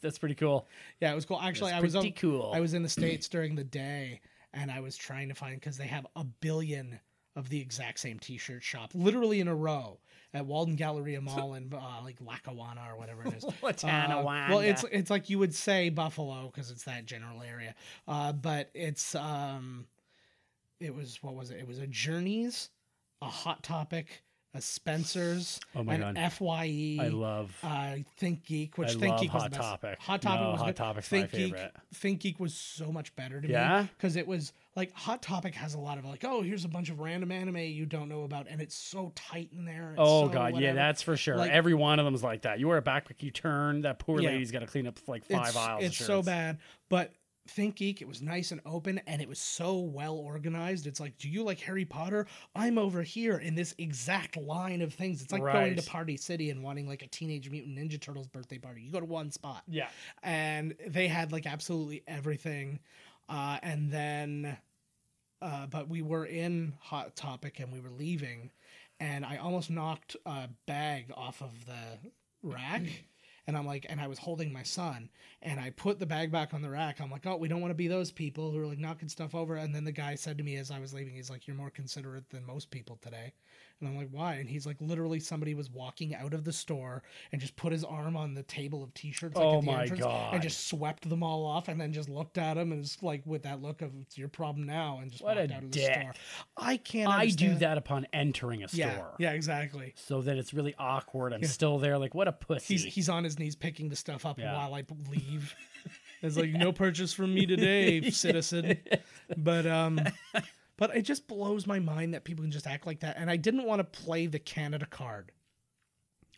Speaker 3: That's pretty cool.
Speaker 2: Yeah, it was cool. Actually,
Speaker 3: That's
Speaker 2: I was
Speaker 3: pretty
Speaker 2: on-
Speaker 3: cool.
Speaker 2: I was in the states during the day, and I was trying to find because they have a billion of the exact same T-shirt shop, literally in a row at Walden Galleria Mall in uh, like Lackawanna or whatever it is. Uh,
Speaker 3: Tanawanda.
Speaker 2: well, it's it's like you would say Buffalo because it's that general area, uh, but it's um, it was what was it? It was a Journeys, a Hot Topic, a Spencer's,
Speaker 3: Oh my
Speaker 2: an E,
Speaker 3: God.
Speaker 2: Fye.
Speaker 3: I love.
Speaker 2: I Think Geek, which
Speaker 3: I
Speaker 2: Think
Speaker 3: love
Speaker 2: Geek was
Speaker 3: Hot
Speaker 2: the best.
Speaker 3: Topic.
Speaker 2: Hot Topic
Speaker 3: No,
Speaker 2: was
Speaker 3: Hot
Speaker 2: good.
Speaker 3: Topic's my
Speaker 2: Think Geek,
Speaker 3: favorite.
Speaker 2: Think Geek was so much better to
Speaker 3: Yeah?
Speaker 2: me because it was like Hot Topic has a lot of like, oh, here's a bunch of random anime you don't know about, and it's so tight in there. it's
Speaker 3: Oh
Speaker 2: so
Speaker 3: god, yeah,
Speaker 2: whatever.
Speaker 3: that's for sure.
Speaker 2: Like-
Speaker 3: Every one of them's like that. You wear a backpack, you turn. That poor
Speaker 2: Yeah.
Speaker 3: lady's got to clean up like five
Speaker 2: it's,
Speaker 3: aisles. of
Speaker 2: It's so
Speaker 3: shirts.
Speaker 2: bad, but Think Geek. It was nice and open, and it was so well organized. It's like, do you like Harry Potter? I'm over here in this exact line of things. It's like going to
Speaker 3: Right.
Speaker 2: Party City and wanting like a Teenage Mutant Ninja Turtles birthday party. You go to one spot
Speaker 3: Yeah.
Speaker 2: and they had like absolutely everything uh and then uh but we were in hot topic and we were leaving and i almost knocked a bag off of the rack and i'm like and i was holding my son and i put the bag back on the rack i'm like oh we don't want to be those people who are like knocking stuff over and then the guy said to me as i was leaving he's like you're more considerate than most people today and I'm like, why? And he's like, literally, somebody was walking out of the store and just put his arm on the table of t-shirts. Like,
Speaker 3: Oh
Speaker 2: at the
Speaker 3: my
Speaker 2: entrance
Speaker 3: God.
Speaker 2: And just swept them all off, and then just looked at him and was like, with that look of "it's your problem now," and just
Speaker 3: What a
Speaker 2: walked out of
Speaker 3: dick.
Speaker 2: the store. I can't.
Speaker 3: I do
Speaker 2: understand-
Speaker 3: that upon entering a store.
Speaker 2: Yeah, yeah, exactly.
Speaker 3: So that it's really awkward. I'm still there. Like, what a pussy.
Speaker 2: He's he's on his knees picking the stuff up
Speaker 3: Yeah.
Speaker 2: while I leave. It's like no purchase from me today, citizen. But um, but it just blows my mind that people can just act like that. And I didn't want to play the Canada card.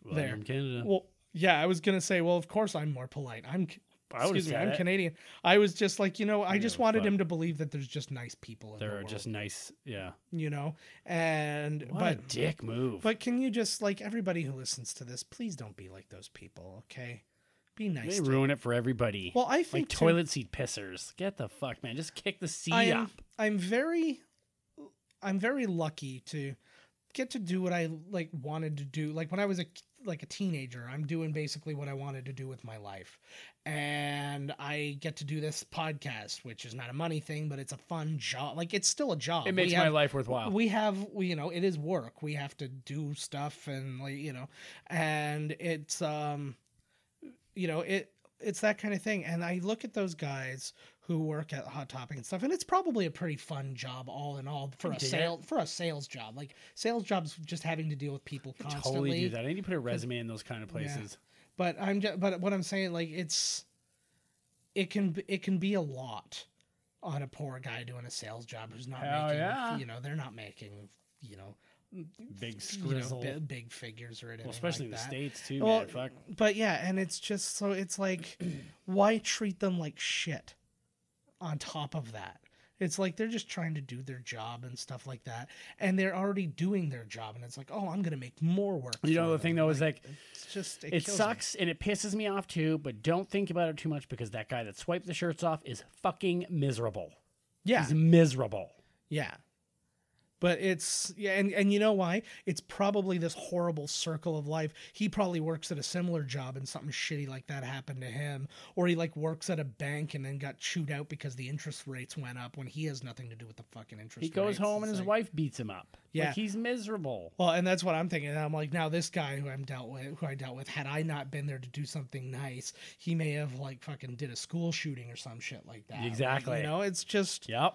Speaker 3: Well,
Speaker 2: there.
Speaker 3: I'm Canada.
Speaker 2: Well, yeah, I was gonna say, well, of course I'm more polite. I'm
Speaker 3: I would've
Speaker 2: excuse me,
Speaker 3: said
Speaker 2: I'm
Speaker 3: it.
Speaker 2: Canadian. I was just like, you know, I just
Speaker 3: Yeah,
Speaker 2: wanted
Speaker 3: but-
Speaker 2: him to believe that there's just nice people. In the
Speaker 3: They're
Speaker 2: world,
Speaker 3: just nice. Yeah.
Speaker 2: you know, and
Speaker 3: What a
Speaker 2: but
Speaker 3: dick move.
Speaker 2: but can you just like everybody who listens to this, please don't be like those people, okay? Be nice.
Speaker 3: they
Speaker 2: to-
Speaker 3: ruin it for everybody.
Speaker 2: well, I
Speaker 3: like
Speaker 2: think too-
Speaker 3: toilet seat pissers. Get the fuck, man. Just kick the seat
Speaker 2: I'm
Speaker 3: up.
Speaker 2: I'm very I'm very lucky to get to do what I like wanted to do. Like when I was a like a teenager, I'm doing basically what I wanted to do with my life. And I get to do this podcast, which is not a money thing, but it's a fun job. Like it's still a job.
Speaker 3: It makes
Speaker 2: We
Speaker 3: my
Speaker 2: have-
Speaker 3: life worthwhile.
Speaker 2: we have we, you know it is work we have to do stuff and like you know and it's um you know it it's that kind of thing and i look at those guys who work at hot topic and stuff and it's probably a pretty fun job all in all for
Speaker 3: I
Speaker 2: a
Speaker 3: dig it.
Speaker 2: sale for a sales job like sales jobs just having to deal with people constantly
Speaker 3: totally do that. I need to put a resume in those kind of places.
Speaker 2: but i'm just but what i'm saying like it's it can b- it can be a lot on a poor guy doing a sales job who's not
Speaker 3: Hell
Speaker 2: making
Speaker 3: yeah.
Speaker 2: you know they're not making you know
Speaker 3: Big
Speaker 2: you know,
Speaker 3: scrizzle.
Speaker 2: bi- big, figures or anything.
Speaker 3: well, especially in
Speaker 2: like
Speaker 3: the
Speaker 2: that.
Speaker 3: states too,
Speaker 2: Well,
Speaker 3: man. Fuck.
Speaker 2: But yeah, and it's just so it's like, why treat them like shit? On top of that, it's like they're just trying to do their job and stuff like that, and they're already doing their job, and it's like, oh, I'm gonna make more work.
Speaker 3: You know
Speaker 2: for
Speaker 3: the thing
Speaker 2: them.
Speaker 3: though is like
Speaker 2: it's just it,
Speaker 3: it
Speaker 2: kills me.
Speaker 3: sucks and it pisses me off too, but don't think about it too much because that guy that swiped the shirts off is fucking miserable.
Speaker 2: Yeah,
Speaker 3: He's miserable.
Speaker 2: Yeah. But it's yeah, and, and you know why? It's probably this horrible circle of life. He probably works at a similar job and something shitty like that happened to him. Or he like works at a bank and then got chewed out because the interest rates went up when he has nothing to do with the fucking interest
Speaker 3: He goes
Speaker 2: rates. It's
Speaker 3: home and his
Speaker 2: like-
Speaker 3: wife beats him up.
Speaker 2: Yeah.
Speaker 3: Like he's miserable.
Speaker 2: Well, and that's what I'm thinking. And I'm like, now this guy who I'm dealt with who I dealt with, had I not been there to do something nice, he may have like fucking did a school shooting or some shit like that. Like,
Speaker 3: Exactly.
Speaker 2: you know, it's just
Speaker 3: Yep.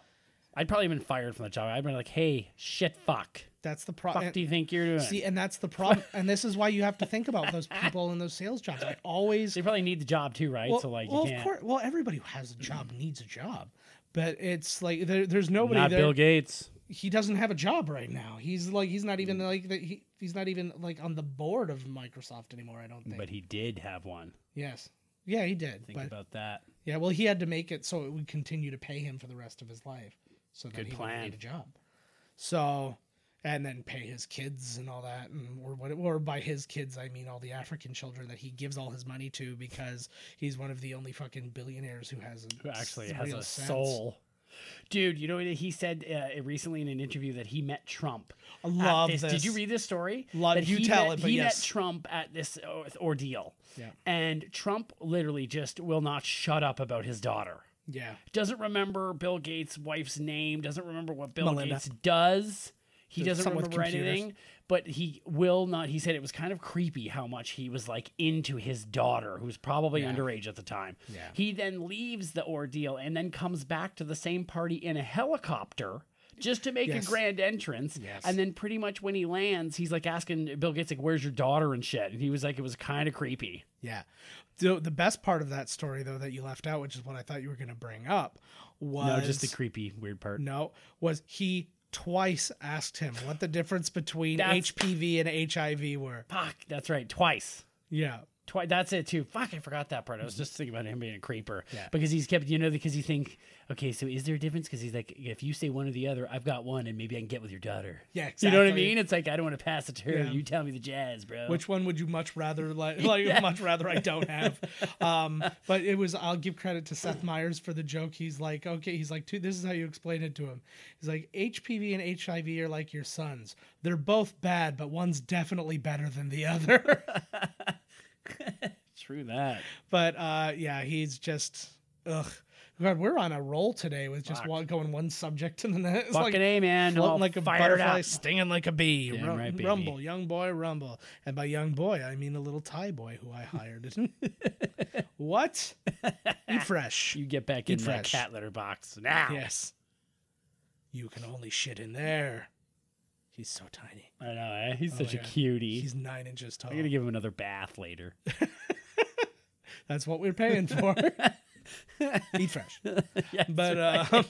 Speaker 3: I'd probably been fired from the job. I'd been like, hey, shit fuck.
Speaker 2: that's the problem.
Speaker 3: Fuck do you think you're doing?
Speaker 2: See, and that's the problem. and this is why you have to think about those people in those sales jobs. I always
Speaker 3: they probably need the job too, right?
Speaker 2: well,
Speaker 3: so like
Speaker 2: well,
Speaker 3: you can't
Speaker 2: of course, well, everybody who has a job needs a job. But it's like there, there's nobody
Speaker 3: not
Speaker 2: there.
Speaker 3: Bill Gates.
Speaker 2: he doesn't have a job right now. He's like he's not
Speaker 3: Mm.
Speaker 2: even like the, he, he's not even like on the board of Microsoft anymore. I don't think.
Speaker 3: But he did have one.
Speaker 2: yes, yeah, he did.
Speaker 3: Think
Speaker 2: But
Speaker 3: about that.
Speaker 2: yeah, well, he had to make it so it would continue to pay him for the rest of his life, so that
Speaker 3: Good
Speaker 2: he
Speaker 3: plan.
Speaker 2: would need a job. So, and then pay his kids and all that, and or what? Or by his kids, I mean all the African children that he gives all his money to because he's one of the only fucking billionaires who has a
Speaker 3: Who actually
Speaker 2: s-
Speaker 3: has
Speaker 2: real
Speaker 3: a
Speaker 2: sense.
Speaker 3: soul. Dude, you know what he said uh, recently in an interview that he met Trump.
Speaker 2: I
Speaker 3: at
Speaker 2: love this.
Speaker 3: Did you read this story?
Speaker 2: Love-
Speaker 3: That
Speaker 2: you
Speaker 3: he
Speaker 2: tell
Speaker 3: met,
Speaker 2: it, but
Speaker 3: he
Speaker 2: yes.
Speaker 3: met Trump at this or- ordeal,
Speaker 2: Yeah,
Speaker 3: and Trump literally just will not shut up about his daughter.
Speaker 2: yeah.
Speaker 3: Doesn't remember Bill Gates' wife's name. Doesn't remember what Bill
Speaker 2: Melinda.
Speaker 3: Gates does. He
Speaker 2: There's
Speaker 3: doesn't
Speaker 2: someone with
Speaker 3: remember
Speaker 2: computers.
Speaker 3: anything, but he will not. He said it was kind of creepy how much he was like into his daughter, who was probably
Speaker 2: Yeah.
Speaker 3: underage at the time.
Speaker 2: Yeah.
Speaker 3: He then leaves the ordeal and then comes back to the same party in a helicopter just to make
Speaker 2: Yes.
Speaker 3: a grand entrance.
Speaker 2: Yes.
Speaker 3: And then pretty much when he lands, he's like asking Bill Gates, like, where's your daughter and shit? And he was like, it was kind of creepy.
Speaker 2: Yeah. So the best part of that story, though, that you left out, which is what I thought you were going to bring up, was
Speaker 3: No, just the creepy, weird part.
Speaker 2: No, was he twice asked him what the difference between
Speaker 3: That's-
Speaker 2: HPV and HIV were.
Speaker 3: Fuck, that's right. Twice.
Speaker 2: Yeah.
Speaker 3: Twi- that's it too. Fuck, I forgot that part. I
Speaker 2: Mm-hmm.
Speaker 3: was just thinking about him being a creeper
Speaker 4: Yeah.
Speaker 3: because he's kept, you know, because you think, okay, so is there a difference? Because he's like, if you say one or the other, I've got one, and maybe I can get with your daughter.
Speaker 2: Yeah,
Speaker 3: You know what I
Speaker 2: exactly.
Speaker 3: mean? It's like I don't want to pass it to her.
Speaker 2: Yeah.
Speaker 3: You tell me the jazz, bro.
Speaker 2: Which one would you much rather like? Like much rather I don't have. Um, but it was. I'll give credit to Seth Meyers for the joke. He's like, okay, he's like, two, this is how you explain it to him. He's like, HPV and HIV are like your sons. They're both bad, but one's definitely better than the other.
Speaker 3: True that.
Speaker 2: but uh, yeah, he's just ugh. God, we're on a roll today with just
Speaker 3: Fuck.
Speaker 2: one, going one subject to the next. It's
Speaker 3: Fucking
Speaker 2: like
Speaker 3: a man,
Speaker 2: floating
Speaker 3: all
Speaker 2: like a
Speaker 3: fired
Speaker 2: butterfly,
Speaker 3: up.
Speaker 2: stinging like a bee.
Speaker 3: Damn
Speaker 2: Rum-
Speaker 3: right, baby.
Speaker 2: rumble, young boy, rumble. And by young boy, I mean the little Thai boy who I hired. what? Eat fresh.
Speaker 3: You get back
Speaker 2: Eat
Speaker 3: in that
Speaker 2: fresh.
Speaker 3: cat litter box now.
Speaker 2: yes. You can only shit in there. He's so tiny.
Speaker 3: I know. Eh? He's
Speaker 2: Oh
Speaker 3: such
Speaker 2: my
Speaker 3: a
Speaker 2: God.
Speaker 3: cutie.
Speaker 2: He's oh. nine inches tall.
Speaker 3: I'm gonna give him another bath later.
Speaker 2: That's what we're paying for. Eat fresh.
Speaker 3: Yes,
Speaker 2: But
Speaker 3: right.
Speaker 2: um,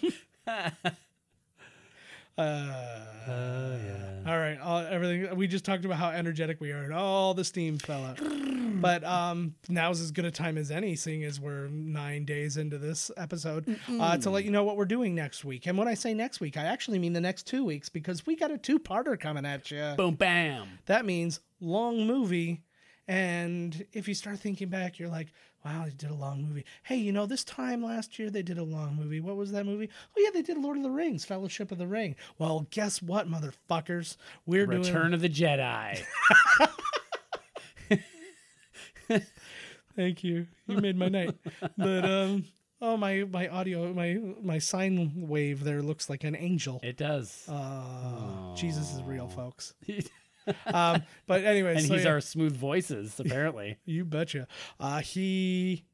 Speaker 2: uh,
Speaker 3: Oh, yeah.
Speaker 2: All right, all, everything we just talked about how energetic we are, and all the steam fell out. but um, now's as good a time as any, seeing as we're nine days into this episode, uh, to let you know what we're doing next week. And when I say next week, I actually mean the next two weeks because we got a two-parter coming at you.
Speaker 3: Boom, bam.
Speaker 2: That means long movie. And if you start thinking back, you're like, wow, they did a long movie. Hey, you know, this time last year they did a long movie. What was that movie? Oh, yeah, they did Lord of the Rings, Fellowship of the Ring. Well, guess what, motherfuckers? We're doing.
Speaker 3: Return of the Jedi.
Speaker 2: Thank you. You made my night. But, um,. Oh my! My audio, my my sine wave there looks like an angel.
Speaker 3: It does.
Speaker 2: Oh, Uh, Jesus is real, folks.
Speaker 3: and
Speaker 2: Um, but anyway, so
Speaker 3: he's
Speaker 2: yeah.
Speaker 3: our smooth voices, apparently.
Speaker 2: You betcha. Uh, he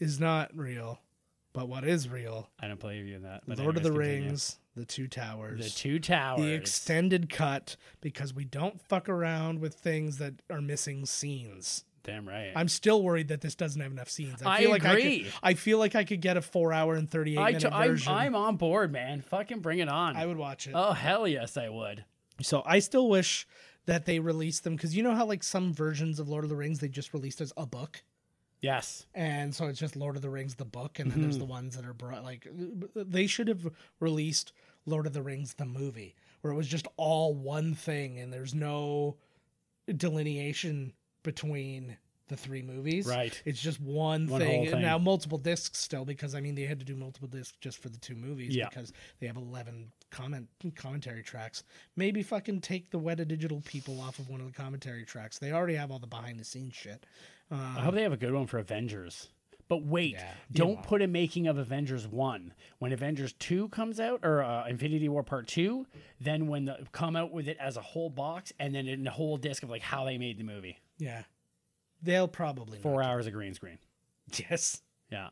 Speaker 2: is not real, but what is real?
Speaker 3: I don't play you in that. but
Speaker 2: Lord of the
Speaker 3: anyways, continue.
Speaker 2: Rings, The Two Towers,
Speaker 3: The Two Towers.
Speaker 2: the extended cut, because we don't fuck around with things that are missing scenes.
Speaker 3: Damn right.
Speaker 2: I'm still worried that this doesn't have enough scenes.
Speaker 3: I
Speaker 2: like I,
Speaker 3: agree.
Speaker 2: could, I feel like I could get a four hour and thirty eight
Speaker 3: I
Speaker 2: minute
Speaker 3: t- I'm,
Speaker 2: version.
Speaker 3: I'm on board, man. Fucking bring it on.
Speaker 2: I would watch it.
Speaker 3: oh, hell yes, I would.
Speaker 2: So I still wish that they released them because you know how like some versions of Lord of the Rings they just released as a book.
Speaker 3: Yes.
Speaker 2: and so it's just Lord of the Rings the book, and then
Speaker 3: Mm-hmm.
Speaker 2: there's the ones that are brought like they should have released Lord of the Rings the movie, where it was just all one thing, and there's no delineation between the three movies.
Speaker 3: Right.
Speaker 2: It's just one,
Speaker 3: One
Speaker 2: thing.
Speaker 3: whole thing.
Speaker 2: Now multiple discs still because I mean they had to do multiple discs just for the two movies
Speaker 3: Yeah.
Speaker 2: because they have 11 comment commentary tracks. Maybe fucking take the Weta Digital people off of one of the commentary tracks. They already have all the behind the scenes shit. Uh,
Speaker 3: I hope they have a good one for Avengers. But wait,
Speaker 2: um, Yeah, you
Speaker 3: don't
Speaker 2: won't.
Speaker 3: put a making of Avengers 1. When Avengers 2 comes out, or uh, Infinity War Part 2, then when the, come out with it as a whole box and then in a whole disc of like how they made the movie.
Speaker 2: Yeah. They'll probably
Speaker 3: Four
Speaker 2: not.
Speaker 3: hours of green screen.
Speaker 2: Yes.
Speaker 3: Yeah.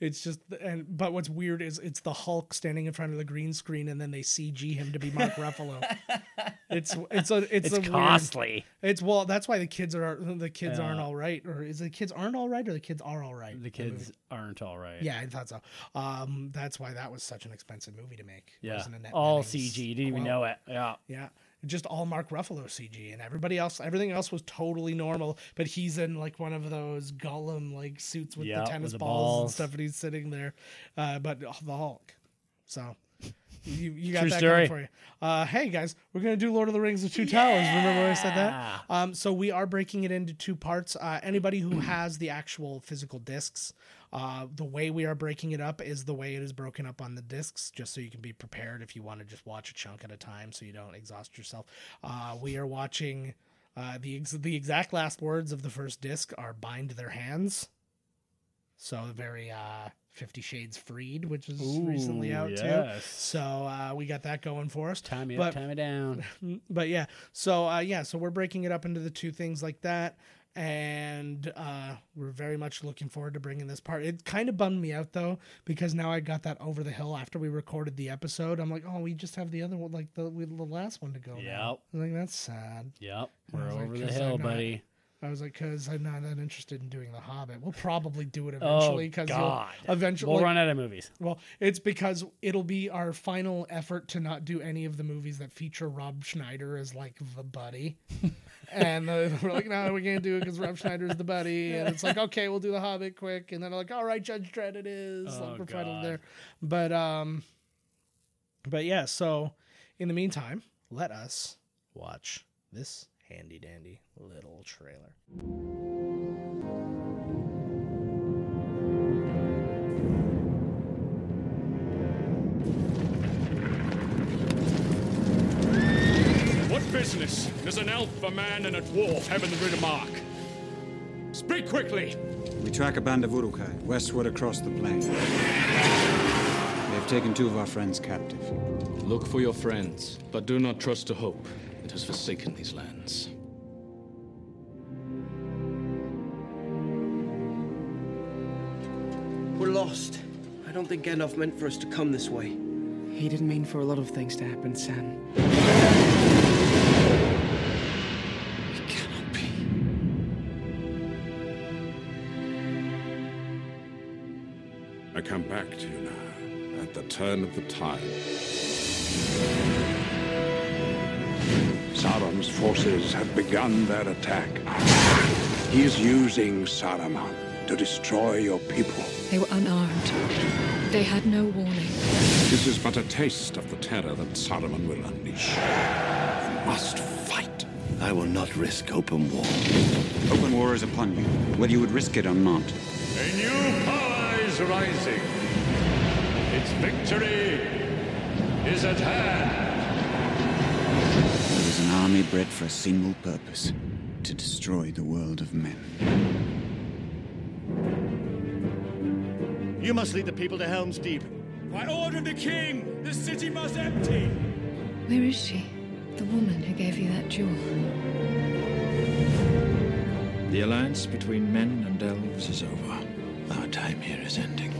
Speaker 2: It's just and but what's weird is it's the Hulk standing in front of the green screen and then they CG him to be Mark Ruffalo. It's it's a it's,
Speaker 3: It's,
Speaker 2: a weird,
Speaker 3: costly.
Speaker 2: It's well that's why the kids are the kids
Speaker 3: Yeah.
Speaker 2: aren't all right or is the kids aren't all right or the kids are all right.
Speaker 3: The kids aren't all right.
Speaker 2: Yeah, I thought so. Um, that's why that was such an expensive movie to make. It
Speaker 3: Yeah.
Speaker 2: was an Annette
Speaker 3: All
Speaker 2: Bening's
Speaker 3: CG. You didn't even
Speaker 2: quote.
Speaker 3: know it. Yeah.
Speaker 2: Yeah. Just all Mark Ruffalo CG and everybody else, everything else was totally normal. But he's in like one of those Gollum like suits with
Speaker 3: Yeah,
Speaker 2: the
Speaker 3: with
Speaker 2: tennis
Speaker 3: the
Speaker 2: balls,
Speaker 3: balls.
Speaker 2: and stuff, and he's sitting there. Uh, but the Hulk. So you, you got
Speaker 3: True
Speaker 2: that going
Speaker 3: story.
Speaker 2: for you. Uh, hey guys, we're gonna do Lord of the Rings: The Two Towers. Remember when I said that? Um, so we are breaking it into two parts. Uh, anybody who has the actual physical discs, uh, the way we are breaking it up is the way it is broken up on the discs, just so you can be prepared if you want to just watch a chunk at a time, so you don't exhaust yourself. Uh, we are watching. Uh, the ex- the exact last words of the first disc are bind their hands. So very uh, Fifty Shades Freed, which is recently
Speaker 3: Ooh,
Speaker 2: out too.
Speaker 3: yes.
Speaker 2: So uh, we got that going for us.
Speaker 3: Time it
Speaker 2: but,
Speaker 3: up, time it down.
Speaker 2: But yeah, so uh, yeah, so we're breaking it up into the two things like that, and uh, we're very much looking forward to bringing this part. It kind of bummed me out though because now I got that over the hill after we recorded the episode. I'm like, oh, we just have the other one, like the we, the last one to go. now." I'm like that's sad.
Speaker 3: Yep.
Speaker 2: I
Speaker 3: We're
Speaker 2: was like,
Speaker 3: over the
Speaker 2: 'cause
Speaker 3: hill,
Speaker 2: I'm not-
Speaker 3: buddy.
Speaker 2: I was like, because I'm not that interested in doing The Hobbit. We'll probably do it
Speaker 3: Oh,
Speaker 2: eventually. because
Speaker 3: God.
Speaker 2: Eventually,
Speaker 3: We'll run out of movies.
Speaker 2: well, it's because it'll be our final effort to not do any of the movies that feature Rob Schneider as like the buddy. and uh, we're like, no, we can't do it because Rob Schneider's the buddy. And it's like, okay, we'll do The Hobbit quick. And then they're like, all right, Judge Dredd it is.
Speaker 3: Oh,
Speaker 2: like, we're finally
Speaker 3: God.
Speaker 2: there. But, um, but yeah, so in the meantime, let us watch this handy dandy little trailer.
Speaker 4: What business does an elf, a man, and a dwarf have in the Riddermark? Speak quickly!
Speaker 5: We track a band of Urukai westward across the plain. They've taken two of our friends captive.
Speaker 6: Look for your friends, but do not trust to hope. It has forsaken these lands.
Speaker 7: We're lost. I don't think Gandalf meant for us to come this way.
Speaker 8: He didn't mean for a lot of things to happen, Sam.
Speaker 6: It cannot be.
Speaker 1: I come back to you now, at the turn of the tide. Sauron's forces have begun their attack. He is using Saruman to destroy your people.
Speaker 9: They were unarmed. They had no warning.
Speaker 1: This is but a taste of the terror that Saruman will unleash. You must fight.
Speaker 7: I will not risk open war.
Speaker 5: Open war is upon you, whether you would risk it or not.
Speaker 4: A new power is rising. Its victory is at hand.
Speaker 5: There is an army bred for a single purpose to destroy the world of men.
Speaker 7: You must lead the people to Helm's Deep.
Speaker 4: By order of the king, the city must empty.
Speaker 9: Where is she? The woman who gave you that jewel.
Speaker 6: The alliance between men and elves is over. Our time here is ending.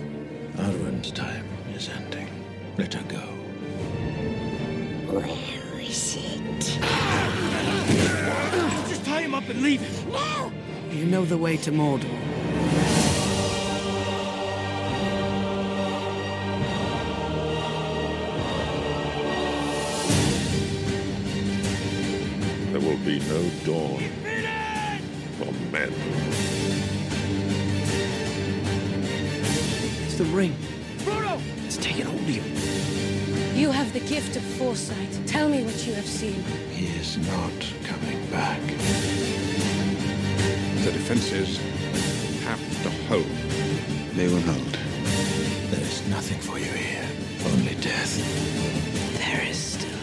Speaker 6: Arwen's time is ending. Let her go.
Speaker 9: Where is it?
Speaker 7: Just tie him up and leave him.
Speaker 8: You know the way to Mordor.
Speaker 1: There will be no dawn for men.
Speaker 8: It's the ring. Frodo! Let's take it hold of you.
Speaker 10: You have the gift of foresight. Tell me what you have seen.
Speaker 6: He is not coming back.
Speaker 1: The defenses have to hold.
Speaker 5: They will hold.
Speaker 6: There is nothing for you here, only death.
Speaker 9: There is still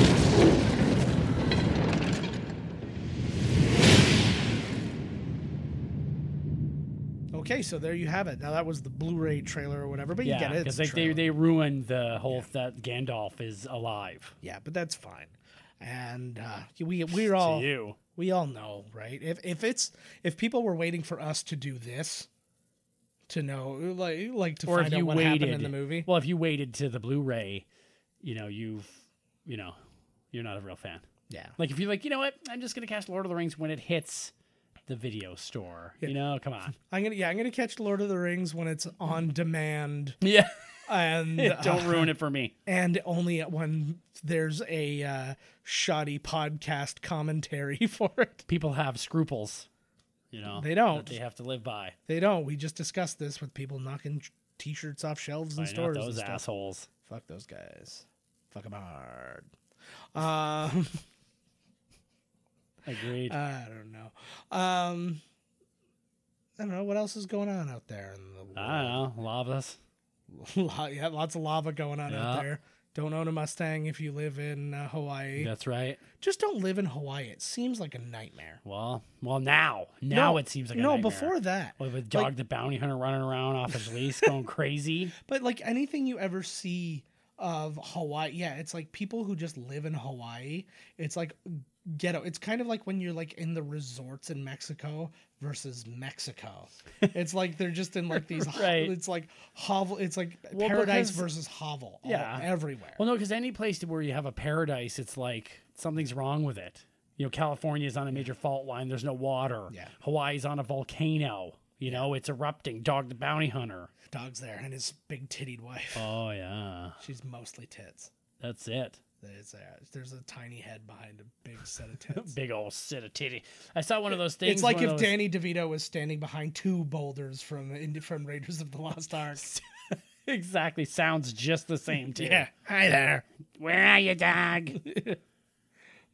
Speaker 9: hope.
Speaker 2: Okay, so there you have it. Now that was the Blu-ray trailer or whatever, but you
Speaker 3: yeah,
Speaker 2: get it. It's
Speaker 3: because
Speaker 2: a
Speaker 3: like they
Speaker 2: trailer.
Speaker 3: they ruined the whole that Gandalf is alive.
Speaker 2: yeah, but that's fine. And uh, we we're all
Speaker 3: to you.
Speaker 2: we all know, right? If if it's if people were waiting for us to do this, to know like like to
Speaker 3: Or if
Speaker 2: find out
Speaker 3: you
Speaker 2: what
Speaker 3: waited
Speaker 2: happened in the movie,
Speaker 3: Well, if you waited to the Blu-ray, you know you've, you know, you're not a real fan.
Speaker 2: yeah,
Speaker 3: Like if you're like, you know what, I'm just gonna catch Lord of the Rings when it hits the video store. You know, come on.
Speaker 2: I'm gonna yeah I'm gonna catch Lord of the Rings when it's on demand
Speaker 3: Yeah.
Speaker 2: and
Speaker 3: Don't
Speaker 2: uh,
Speaker 3: ruin it for me.
Speaker 2: and only at when there's a uh, shoddy podcast commentary for it.
Speaker 3: People have scruples. You know,
Speaker 2: They don't.
Speaker 3: that They have to live by.
Speaker 2: They don't. We just discussed this with people knocking t-shirts off shelves and
Speaker 3: By not
Speaker 2: stores. and
Speaker 3: those
Speaker 2: stuff.
Speaker 3: assholes.
Speaker 2: Fuck those guys. Fuck them hard. Um,
Speaker 3: Agreed.
Speaker 2: I don't know. Um, I don't know what else is going on out there in the
Speaker 3: I
Speaker 2: world.
Speaker 3: don't know. Lavas.
Speaker 2: Lo- yeah, lots of lava going on out
Speaker 3: Yeah.
Speaker 2: there. Don't own a Mustang if you live in uh, Hawaii.
Speaker 3: That's right.
Speaker 2: Just don't live in Hawaii. It seems like a nightmare.
Speaker 3: Well, well, now, now
Speaker 2: No,
Speaker 3: it seems like a
Speaker 2: no.
Speaker 3: nightmare.
Speaker 2: Before that,
Speaker 3: With, with
Speaker 2: like-
Speaker 3: Dog the Bounty Hunter running around off his leash, going crazy.
Speaker 2: But like anything you ever see of Hawaii, yeah, it's like people who just live in Hawaii. It's like ghetto. It's kind of like when you're like in the resorts in Mexico versus Mexico. It's like they're just in like these. ho-
Speaker 3: Right.
Speaker 2: It's like hovel. It's like
Speaker 3: Well,
Speaker 2: paradise
Speaker 3: because-
Speaker 2: versus hovel. all-
Speaker 3: Yeah.
Speaker 2: everywhere.
Speaker 3: Well, no, because any place where you have a paradise, it's like something's wrong with it. You know, California's on a major fault line. There's no water.
Speaker 2: Yeah.
Speaker 3: Hawaii's on a volcano. You know, it's erupting. Dog the Bounty Hunter. Uh.
Speaker 2: Dog's there and his big titted wife.
Speaker 3: Oh yeah,
Speaker 2: She's mostly tits.
Speaker 3: that's it.
Speaker 2: It's a, there's a tiny head behind a big set of tits.
Speaker 3: Big old set of titty. I saw one of those things.
Speaker 2: It's like
Speaker 3: one
Speaker 2: if
Speaker 3: of those-
Speaker 2: Danny DeVito was standing behind two boulders from in- from Raiders of the Lost Ark.
Speaker 3: exactly sounds just the same too.
Speaker 2: Yeah. Hi there.
Speaker 3: Where are you, dog?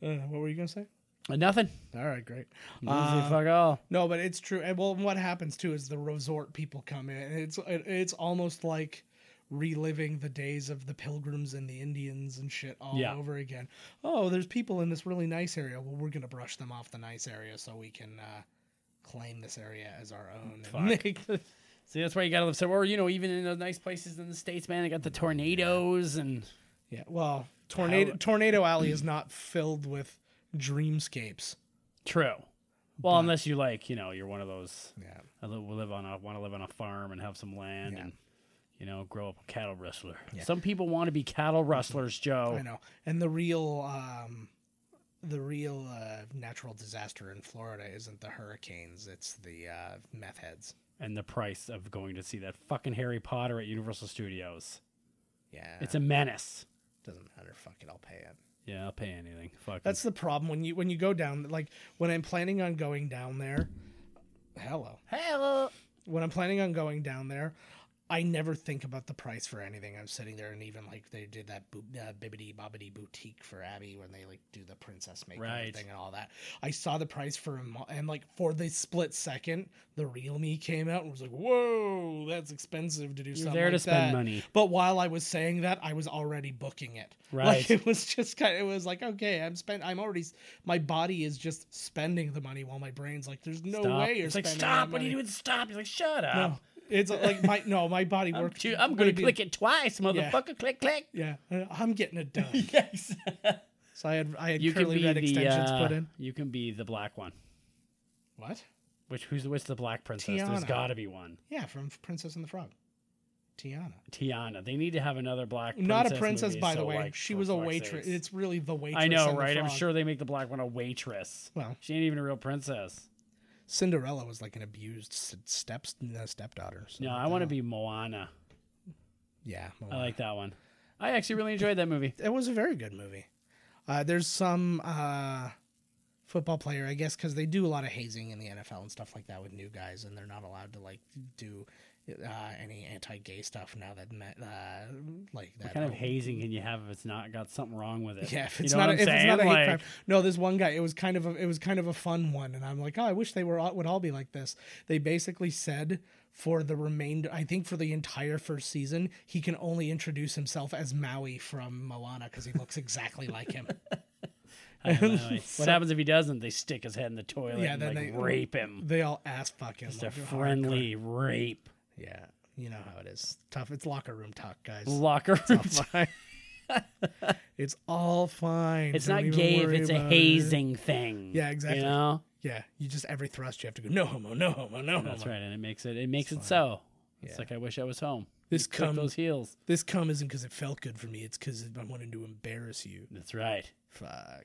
Speaker 2: Uh, what were you gonna say?
Speaker 3: Nothing.
Speaker 2: All right, great.
Speaker 3: Nothing,
Speaker 2: Uh,
Speaker 3: fuck all.
Speaker 2: No, but it's true. And well, what happens too is the resort people come in. and It's it, it's almost like reliving the days of the pilgrims and the Indians and shit all
Speaker 3: Yeah.
Speaker 2: over again. Oh, there's people in this really nice area. Well, we're gonna brush them off the nice area so we can uh, claim this area as our own. and make-
Speaker 3: See, that's why you gotta live so. Or you know, even in the nice places in the states, man, they got the tornadoes and
Speaker 2: yeah. Well, tornado
Speaker 3: How-
Speaker 2: tornado alley is not filled with dreamscapes.
Speaker 3: true. Well, unless you like, you know, you're one of those.
Speaker 2: Yeah.
Speaker 3: I li- live on a want to live on a farm and have some land and you know grow up a cattle rustler. Some people want to be cattle rustlers, Joe.
Speaker 2: I know. And the real um the real uh, natural disaster in Florida isn't the hurricanes, it's the uh, meth heads.
Speaker 3: And the price of going to see that fucking Harry Potter at Universal Studios.
Speaker 2: Yeah.
Speaker 3: It's a menace.
Speaker 2: doesn't matter, fuck it, I'll pay it.
Speaker 3: Yeah, I'll pay anything. Fuck.
Speaker 2: That's the problem when you when you go down like when I'm planning on going down there. Hello.
Speaker 3: hello.
Speaker 2: When I'm planning on going down there, I never think about the price for anything. I'm sitting there and even like they did that bo- uh, bibbity bobbity boutique for Abby when they like do the princess makeover
Speaker 3: Right.
Speaker 2: thing and all that. I saw the price for a mo- and like for the split second, the real me came out and was like, "Whoa, that's expensive to do something
Speaker 3: there to
Speaker 2: like
Speaker 3: spend
Speaker 2: that."
Speaker 3: money.
Speaker 2: But while I was saying that, I was already booking it.
Speaker 3: Right.
Speaker 2: Like it was just kind of, it was like, okay, I'm spent. I'm already. s- My body is just spending the money while my brain's like, there's no
Speaker 3: Stop.
Speaker 2: way you're
Speaker 3: it's like
Speaker 2: spending
Speaker 3: stop.
Speaker 2: that
Speaker 3: What are you
Speaker 2: money."
Speaker 3: doing? Stop. He's like shut up.
Speaker 2: No, it's like my no, my body
Speaker 3: I'm,
Speaker 2: works.
Speaker 3: too- I'm gonna
Speaker 2: way be-
Speaker 3: click it twice, motherfucker. Click click.
Speaker 2: Yeah, uh, I'm getting it done.
Speaker 3: Yes.
Speaker 2: So I had I had
Speaker 3: you can
Speaker 2: curly
Speaker 3: be
Speaker 2: red
Speaker 3: the
Speaker 2: extensions
Speaker 3: uh,
Speaker 2: put in.
Speaker 3: you can be the black one.
Speaker 2: What?
Speaker 3: Which who's what's the black princess? There's
Speaker 2: Tiana.
Speaker 3: got to be one.
Speaker 2: Yeah, from Princess and the Frog, Tiana.
Speaker 3: Tiana. They need to have another black. Princess
Speaker 2: Not a princess,
Speaker 3: movie,
Speaker 2: by
Speaker 3: so,
Speaker 2: the way.
Speaker 3: like,
Speaker 2: she
Speaker 3: for
Speaker 2: was a
Speaker 3: fuck's
Speaker 2: waitress.
Speaker 3: sakes.
Speaker 2: It's really the waitress.
Speaker 3: I know,
Speaker 2: and the
Speaker 3: right? I'm
Speaker 2: Frog.
Speaker 3: sure they make the black one a waitress.
Speaker 2: Well,
Speaker 3: She ain't even a real princess.
Speaker 2: Cinderella was like an abused s- steps uh, stepdaughter. So
Speaker 3: No, I want to be Moana.
Speaker 2: Yeah,
Speaker 3: I
Speaker 2: Moana.
Speaker 3: like that one. I actually really enjoyed that movie.
Speaker 2: it was a very good movie. Uh, there's some uh, football player, I guess, because they do a lot of hazing in the NFL and stuff like that with new guys, and they're not allowed to like do uh, any anti-gay stuff now that ma- uh, like that.
Speaker 3: What kind of hazing can you have if it's not got something wrong with it?
Speaker 2: Yeah, if
Speaker 3: You
Speaker 2: it's
Speaker 3: know
Speaker 2: not
Speaker 3: what
Speaker 2: a, if
Speaker 3: I'm
Speaker 2: it's not a
Speaker 3: saying?
Speaker 2: hate
Speaker 3: Like,
Speaker 2: crime. No, this one guy. It was kind of a it was kind of a fun one, and I'm like, oh, I wish they were all, would all be like this. They basically said for the remainder, I think for the entire first season, he can only introduce himself as Maui from Moana because he looks exactly like him.
Speaker 3: I don't know. what happens if he doesn't? They stick his head in the toilet
Speaker 2: Yeah,
Speaker 3: and
Speaker 2: then
Speaker 3: like
Speaker 2: they-
Speaker 3: rape him.
Speaker 2: They all ass fucking.
Speaker 3: It's a friendly rape.
Speaker 2: oh, Yeah, you know how it is. Tough. It's locker room talk, guys.
Speaker 3: Locker room.
Speaker 2: it's all fine.
Speaker 3: It's
Speaker 2: Don't
Speaker 3: not
Speaker 2: even
Speaker 3: gay if
Speaker 2: worry
Speaker 3: it's a
Speaker 2: about it.
Speaker 3: hazing thing.
Speaker 2: Yeah, exactly.
Speaker 3: You know?
Speaker 2: Yeah, you just every thrust you have to go. No homo. No homo. No homo.
Speaker 3: That's right, and it makes it it makes it so. It's
Speaker 2: Yeah.
Speaker 3: like I wish I was home.
Speaker 2: This
Speaker 3: You click
Speaker 2: cum-
Speaker 3: those heels.
Speaker 2: This cum isn't because it felt good for me. It's because I wanted to embarrass you.
Speaker 3: That's right.
Speaker 2: Fuck.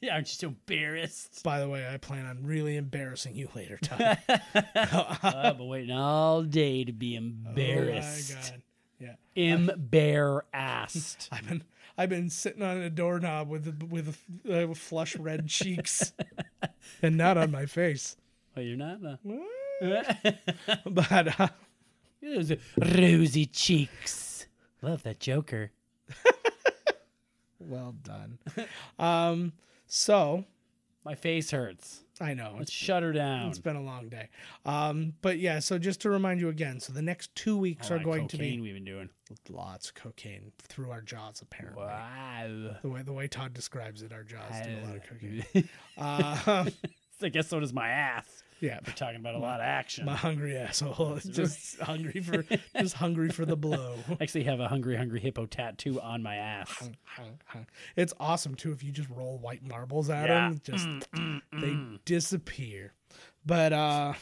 Speaker 3: Yeah, aren't you so embarrassed?
Speaker 2: By the way, I plan on really embarrassing you later, Todd. Oh
Speaker 3: I've been waiting all day to be embarrassed.
Speaker 2: Oh my god. Yeah.
Speaker 3: Embarrassed.
Speaker 2: I've been I've been sitting on a doorknob with with uh, flush red cheeks, and not on my face.
Speaker 3: oh, you're not. Uh,
Speaker 2: But uh,
Speaker 3: those rosy cheeks. Love that Joker.
Speaker 2: well done. Um. So
Speaker 3: My face hurts.
Speaker 2: I know
Speaker 3: Let's shut her down.
Speaker 2: It's been a long day. Um, but yeah, so just to remind you again, so the next two weeks
Speaker 3: All
Speaker 2: are
Speaker 3: that
Speaker 2: going to
Speaker 3: cocaine
Speaker 2: be
Speaker 3: We've been doing.
Speaker 2: lots of cocaine through our jaws, apparently.
Speaker 3: Wow.
Speaker 2: The way the way Todd describes it, our jaws do a lot of cocaine.
Speaker 3: I
Speaker 2: Uh,
Speaker 3: guess so does my ass.
Speaker 2: yeah,
Speaker 3: We're talking about a lot of action.
Speaker 2: my hungry asshole is just hungry for just hungry for the blow.
Speaker 3: I actually have a hungry, hungry hippo tattoo on my ass.
Speaker 2: It's awesome too if you just roll white marbles at
Speaker 3: Yeah. Mm,
Speaker 2: them, just they disappear. But uh,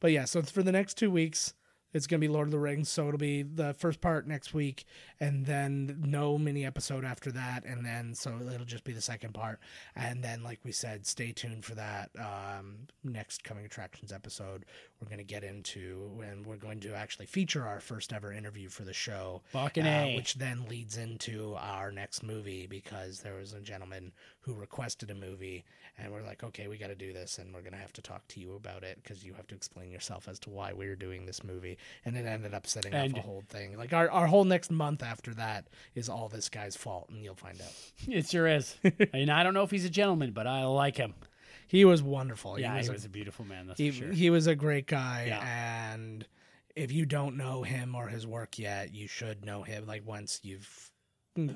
Speaker 2: but yeah, so for the next two weeks, It's going to be Lord of the Rings, so it'll be the first part next week, and then no mini episode after that, and then so it'll just be the second part, and then like we said, stay tuned for that um, next coming attractions episode. We're going to get into and we're going to actually feature our first ever interview for the show, Uh,
Speaker 3: Fucking A.
Speaker 2: which then leads into our next movie because there was a gentleman who requested a movie, and we're like, okay, we got to do this, and we're going to have to talk to you about it because you have to explain yourself as to why we're doing this movie. And it ended up setting
Speaker 3: And-
Speaker 2: up a whole thing. Like, our, our whole next month after that is all this guy's fault, and you'll find out.
Speaker 3: It sure is. and I don't know if he's a gentleman, but I like him.
Speaker 2: He was wonderful.
Speaker 3: yeah,
Speaker 2: he was,
Speaker 3: he
Speaker 2: a-
Speaker 3: was a beautiful man. That's
Speaker 2: he,
Speaker 3: for sure.
Speaker 2: he was a great guy,
Speaker 3: Yeah.
Speaker 2: and if you don't know him or his work yet, you should know him. Like, once you've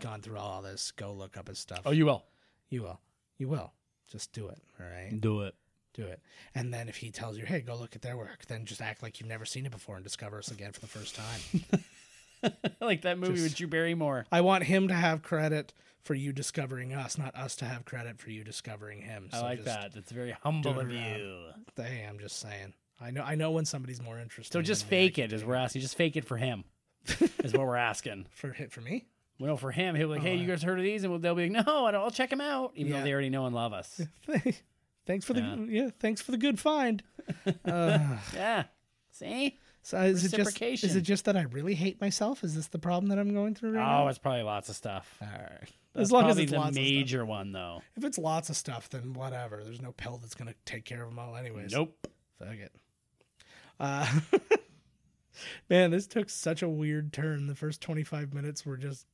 Speaker 2: gone through all this, go look up his stuff.
Speaker 3: oh, you will
Speaker 2: You will. You will. Just do it. All right.
Speaker 3: do it.
Speaker 2: Do it. And then if he tells you, hey, go look at their work, then just act like you've never seen it before and discover us again for the first time.
Speaker 3: like that movie with
Speaker 2: Just-
Speaker 3: Drew Barrymore.
Speaker 2: I want him to have credit for you discovering us, not us to have credit for you discovering him.
Speaker 3: I like
Speaker 2: just-
Speaker 3: that. uh, That's very humble
Speaker 2: do it
Speaker 3: of
Speaker 2: around.
Speaker 3: you.
Speaker 2: Hey, I'm just saying. I know I know when somebody's more interested.
Speaker 3: So just fake it, as we're asking. Just fake it for him, is what we're asking.
Speaker 2: for hit for me.
Speaker 3: Well, for him, he'll be like, "Hey, you guys heard of these?" And we'll- they'll be like, "No, I don't, I'll check them out," even
Speaker 2: Oh. Yeah.
Speaker 3: though they already know and love us.
Speaker 2: thanks for the
Speaker 3: Yeah.
Speaker 2: yeah. thanks for the good find. Uh,
Speaker 3: yeah. See?
Speaker 2: so is it just
Speaker 3: Reciprocation.
Speaker 2: is it just that I really hate myself? Is this the problem that I'm going through right now?
Speaker 3: Oh, it's probably lots of stuff.
Speaker 2: All right.
Speaker 3: That's
Speaker 2: as long as
Speaker 3: probably
Speaker 2: it's
Speaker 3: the
Speaker 2: lots of stuff.
Speaker 3: major one though.
Speaker 2: If it's lots of stuff, then whatever. There's no pill that's gonna take care of them all, anyways.
Speaker 3: Nope.
Speaker 2: Fuck it. Uh, man, this took such a weird turn. The first 25 minutes were just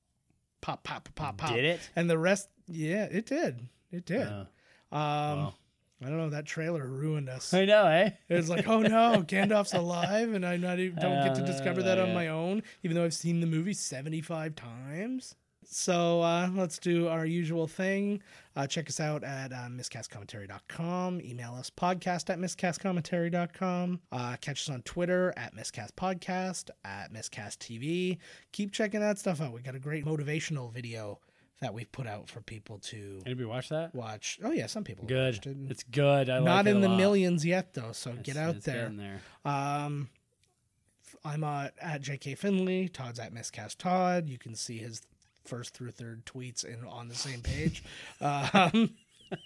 Speaker 2: pop, pop, pop, pop.
Speaker 3: Did it?
Speaker 2: And the rest, yeah, it did. It did.
Speaker 3: Uh,
Speaker 2: um,
Speaker 3: well.
Speaker 2: I don't know. That trailer ruined us.
Speaker 3: I know, eh?
Speaker 2: It was like, oh no, Gandalf's alive, and I not even, don't get to
Speaker 3: Uh,
Speaker 2: discover that on
Speaker 3: yeah.
Speaker 2: my own, even though I've seen the movie 75 times. So uh, let's do our usual thing. Uh, check us out at uh, miscastcommentary.com. Email us podcast at miscastcommentary.com. Uh, catch us on Twitter at miscastpodcast, at miscasttv. Keep checking that stuff out. We got a great motivational video that we've put out for people to
Speaker 3: Anybody watch that?
Speaker 2: watch. Oh, yeah, some people have
Speaker 3: Good.
Speaker 2: watched it.
Speaker 3: It's good. I like
Speaker 2: Not
Speaker 3: it
Speaker 2: in
Speaker 3: a
Speaker 2: the
Speaker 3: lot.
Speaker 2: millions yet, though, so
Speaker 3: It's-
Speaker 2: get out
Speaker 3: it's good
Speaker 2: there.
Speaker 3: in there.
Speaker 2: Um, f- I'm uh, at JK Finley. Todd's at Miscast Todd. You can see his first through third tweets in on the same page. um,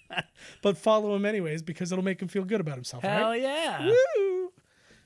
Speaker 2: but follow him anyways because it'll make him feel good about himself.
Speaker 3: Hell
Speaker 2: right?
Speaker 3: yeah.
Speaker 2: Woo!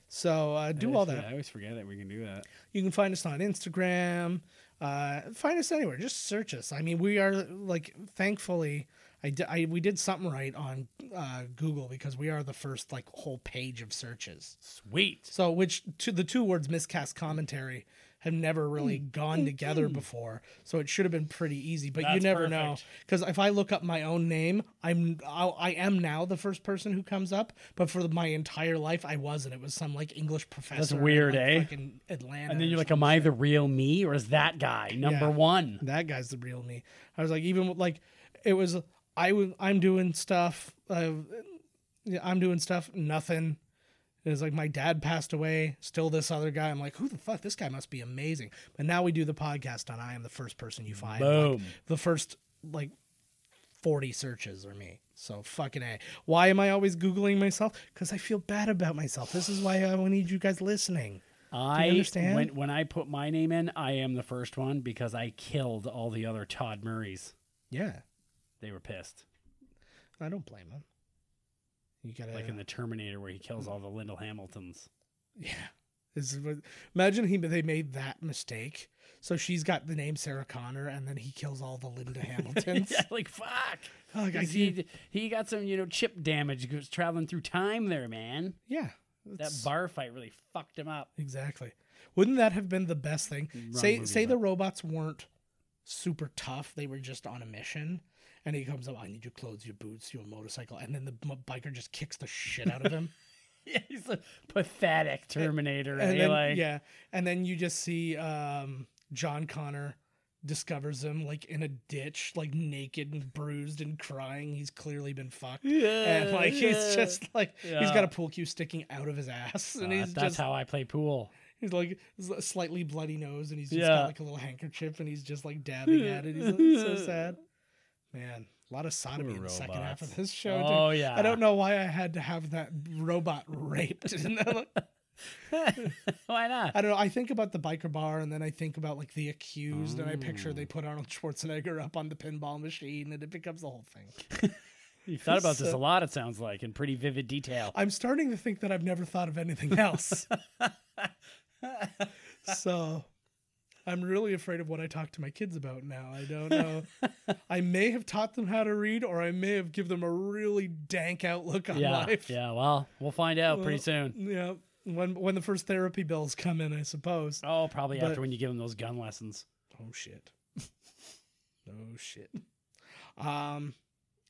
Speaker 2: So uh, do all that.
Speaker 3: I always forget that we can do that.
Speaker 2: You can find us on Instagram. Uh, find us anywhere. Just search us. I mean, we are like thankfully. I, di- I we did something right on uh, Google because we are the first like whole page of searches.
Speaker 3: Sweet.
Speaker 2: So, which to the two words miscast commentary have never really gone together before. So it should have been pretty easy, but you
Speaker 3: That's
Speaker 2: never know.
Speaker 3: perfect.
Speaker 2: Because if I look up my own name, I'm I'll, I am now the first person who comes up. But for my entire life, I wasn't. It was some like English professor. in,
Speaker 3: weird,
Speaker 2: like,
Speaker 3: eh?
Speaker 2: fucking Atlanta.
Speaker 3: And then
Speaker 2: or
Speaker 3: you're like, am I the real me or is that guy number
Speaker 2: Yeah.
Speaker 3: one?
Speaker 2: that guy's the real me. I was like, even with- like, it was I was I'm doing stuff. Uh, yeah, I'm doing stuff. Nothing. It was like my dad passed away. Still this other guy. I'm like, who the fuck? This guy must be amazing. But now we do the podcast on I am the first person you find. Like,
Speaker 3: Boom.
Speaker 2: the first like 40 searches are me. So fucking a. Why am I always googling myself? Because I feel bad about myself. This is why I need you guys listening.
Speaker 3: I
Speaker 2: understand?
Speaker 3: When, when I put my name in, I am the first one because I killed all the other Todd Murrays.
Speaker 2: Yeah,
Speaker 3: They were pissed.
Speaker 2: I don't blame him. You gotta
Speaker 3: Like in the Terminator where he kills all the Lyndall Hamiltons.
Speaker 2: Yeah. This is what, imagine he they made that mistake. So she's got the name Sarah Connor, and then he kills all the Linda Hamiltons.
Speaker 3: yeah, like fuck.
Speaker 2: Fuck, I
Speaker 3: 'Cause he he got some you know chip damage goes traveling through time there, man.
Speaker 2: yeah.
Speaker 3: That
Speaker 2: that's-
Speaker 3: bar fight really fucked him up.
Speaker 2: exactly. Wouldn't that have been the best thing? say
Speaker 3: movie,
Speaker 2: say the robots weren't super tough; they were just on a mission. And he comes up, I need your clothes, your boots, your motorcycle, and then the m- biker just kicks the shit out of him.
Speaker 3: Yeah, he's a pathetic Terminator.
Speaker 2: and
Speaker 3: eh?
Speaker 2: then,
Speaker 3: like,
Speaker 2: yeah, and then you just see um, John Connor discovers him like in a ditch, like naked and bruised and crying. He's clearly been fucked, and like he's just like he's got
Speaker 3: Yeah.
Speaker 2: a pool cue sticking out of his ass, and
Speaker 3: Uh,
Speaker 2: he's
Speaker 3: that's
Speaker 2: just
Speaker 3: how I play pool.
Speaker 2: he's like s- slightly bloody nose, and he's just
Speaker 3: Yeah.
Speaker 2: got like a little handkerchief, and he's just like dabbing at it. He's like, so sad, man. A lot of sodomy in the second half of
Speaker 3: robots.
Speaker 2: this show.
Speaker 3: Oh,
Speaker 2: dude.
Speaker 3: yeah.
Speaker 2: I don't know why I had to have that robot raped.
Speaker 3: Why not?
Speaker 2: I don't know. I think about the biker bar, and then I think about like the accused, and I picture
Speaker 3: Mm.
Speaker 2: they put Arnold Schwarzenegger up on the pinball machine, and it becomes the whole thing.
Speaker 3: You've thought about this
Speaker 2: So-
Speaker 3: a lot, it sounds like, in pretty vivid detail.
Speaker 2: I'm starting to think that I've never thought of anything else. so I'm really afraid of what I talk to my kids about now. I don't know. I may have taught them how to read, or I may have give them a really dank outlook on
Speaker 3: yeah,
Speaker 2: life.
Speaker 3: yeah. Well, we'll find out pretty
Speaker 2: Well,
Speaker 3: soon.
Speaker 2: Yeah. When when the first therapy bills come in, I suppose.
Speaker 3: Oh, probably
Speaker 2: But-
Speaker 3: after when you give them those gun lessons.
Speaker 2: Oh shit. oh shit. Um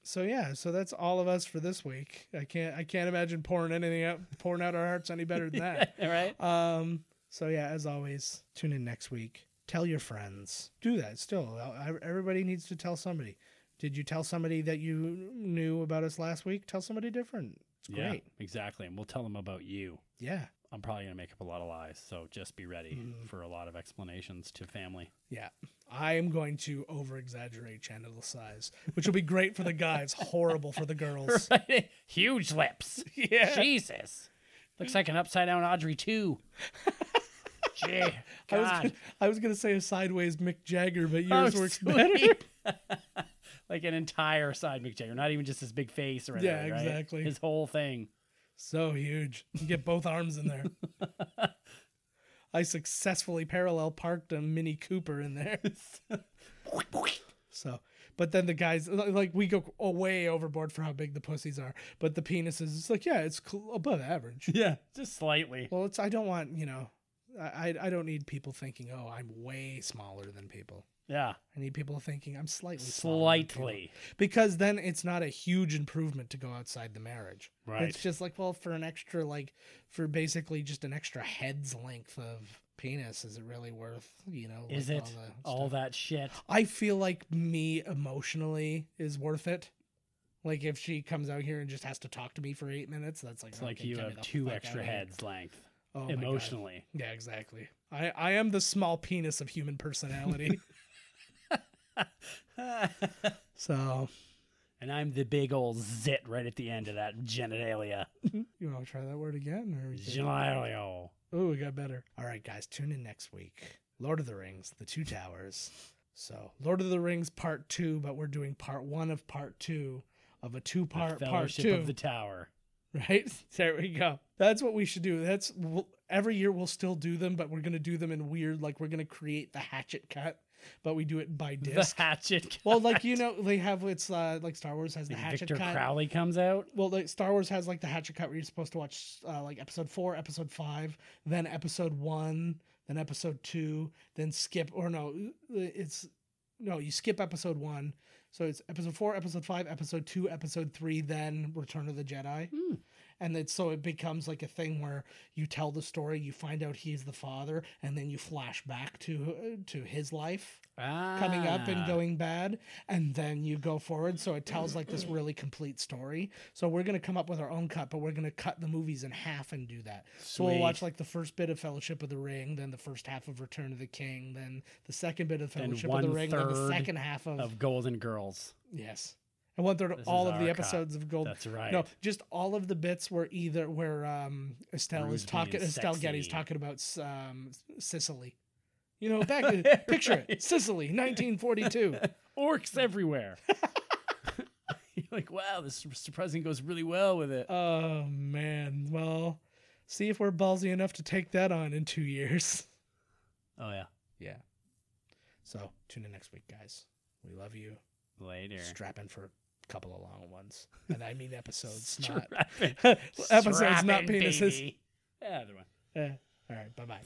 Speaker 2: so yeah, so that's all of us for this week. I can't I can't imagine pouring anything out pouring out our hearts any better than that.
Speaker 3: right?
Speaker 2: Um so yeah, as always, tune in next week. Tell your friends. Do that still. I- Everybody needs to tell somebody. Did you tell somebody that you knew about us last week? Tell somebody different. It's
Speaker 3: Yeah,
Speaker 2: great.
Speaker 3: exactly. And we'll tell them about you.
Speaker 2: Yeah.
Speaker 3: I'm probably gonna make up a lot of lies, so just be ready for a lot of explanations to family.
Speaker 2: Yeah. I am going to over exaggerate channel size, which will be great for the guys, horrible for the girls.
Speaker 3: Right? Huge lips.
Speaker 2: Yeah.
Speaker 3: Jesus. Looks like an upside down Audrey too. Gee,
Speaker 2: I was,
Speaker 3: God.
Speaker 2: gonna, I was gonna say a sideways Mick Jagger, but
Speaker 3: Oh,
Speaker 2: yours works
Speaker 3: sweet.
Speaker 2: better.
Speaker 3: like an entire side McJagger, not even just his big face or anything.
Speaker 2: Yeah,
Speaker 3: right?
Speaker 2: exactly.
Speaker 3: His whole thing.
Speaker 2: So huge. You get both arms in there. I successfully parallel parked a Mini Cooper in there. so, but then the guys like we go way overboard for how big the pussies are, but the penises it's like yeah, it's cl- above average.
Speaker 3: Yeah, just slightly.
Speaker 2: Well, it's I don't want you know, I I- I don't need people thinking oh I'm way smaller than people.
Speaker 3: Yeah,
Speaker 2: I need people thinking I'm slightly smaller than people."
Speaker 3: slightly.
Speaker 2: because then it's not a huge improvement to go outside the marriage.
Speaker 3: Right.
Speaker 2: It's just like well for an extra like for basically just an extra head's length of penis is it really worth you know like,
Speaker 3: Is it
Speaker 2: all
Speaker 3: all that shit?
Speaker 2: the- I feel like me emotionally is worth it. Like if she comes out here and just has to talk to me for eight minutes, that's like
Speaker 3: It's like
Speaker 2: okay,
Speaker 3: you
Speaker 2: get me
Speaker 3: have
Speaker 2: the
Speaker 3: two
Speaker 2: fuck
Speaker 3: extra
Speaker 2: outta here.
Speaker 3: heads length
Speaker 2: Oh my God.
Speaker 3: emotionally.
Speaker 2: Yeah, exactly. I, I am the small penis of human personality. so
Speaker 3: And I'm the big old zit right at the end of that genitalia.
Speaker 2: you want to try that word again? Or
Speaker 3: Genitalia.
Speaker 2: Oh, we got better. All right, guys, tune in next week. Lord of the Rings, The Two Towers. So, Lord of the Rings Part Two, but we're doing Part One of Part Two of a two-part
Speaker 3: the
Speaker 2: Part
Speaker 3: Fellowship
Speaker 2: Two.
Speaker 3: of the Tower.
Speaker 2: right there we go. That's what we should do. That's we'll, every year we'll still do them, but we're gonna do them in weird, like we're gonna create the hatchet cut, but we do it by disc.
Speaker 3: The hatchet.
Speaker 2: well, like you know, they have it's uh, like Star Wars has the hatchet
Speaker 3: Victor
Speaker 2: cut.
Speaker 3: Crowley comes out.
Speaker 2: Well, like Star Wars has like the hatchet cut where you're supposed to watch uh, like episode four, episode five, then episode one, then episode two, then skip or no, it's no, you skip episode one, so it's episode four, episode five, episode two, episode three, then Return of the Jedi, and then so it becomes like a thing where you tell the story, you find out he's the father, and then you flash back to uh, to his life coming up and
Speaker 3: Ah.
Speaker 2: going bad and then you go forward so it tells like this really complete story so we're going to come up with our own cut but we're going to cut the movies in half and do that so we'll
Speaker 3: Sweet.
Speaker 2: watch like the first bit of fellowship of the ring then the first half of return of the king then the second bit of
Speaker 3: Then
Speaker 2: fellowship of the ring then the
Speaker 3: one-third
Speaker 2: second half of,
Speaker 3: Of Golden Girls.
Speaker 2: yes and one third
Speaker 3: This
Speaker 2: of
Speaker 3: is
Speaker 2: all of
Speaker 3: our
Speaker 2: the
Speaker 3: cut.
Speaker 2: episodes of gold
Speaker 3: That's right.
Speaker 2: no just all of the bits where either where um estelle
Speaker 3: Bruce
Speaker 2: is talking
Speaker 3: being
Speaker 2: estelle getty's
Speaker 3: sexy.
Speaker 2: talking about um sicily you know back picture it
Speaker 3: Right.
Speaker 2: sicily 1942
Speaker 3: Orcs everywhere. You're like, wow, this surprising goes really well with it.
Speaker 2: Oh man. Well, see if we're ballsy enough to take that on in two years.
Speaker 3: oh, yeah.
Speaker 2: Yeah. So tune in next week, guys. We love you.
Speaker 3: Later.
Speaker 2: Strap in for a couple of long ones, and I mean episodes, not
Speaker 3: Strapping.
Speaker 2: episodes, not
Speaker 3: Strapping,
Speaker 2: penises.
Speaker 3: baby. Yeah, other one.
Speaker 2: Eh. All right. Bye bye.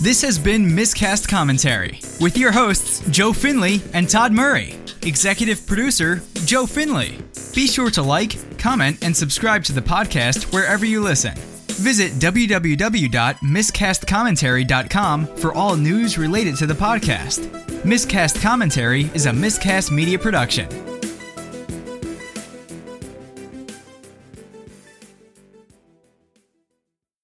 Speaker 11: This has been Miscast Commentary with your hosts, Joe Finley and Todd Murray. Executive producer, Joe Finley. Be sure to like, comment, and subscribe to the podcast wherever you listen. Visit www.miscastcommentary.com for all news related to the podcast. Miscast Commentary is a miscast media production.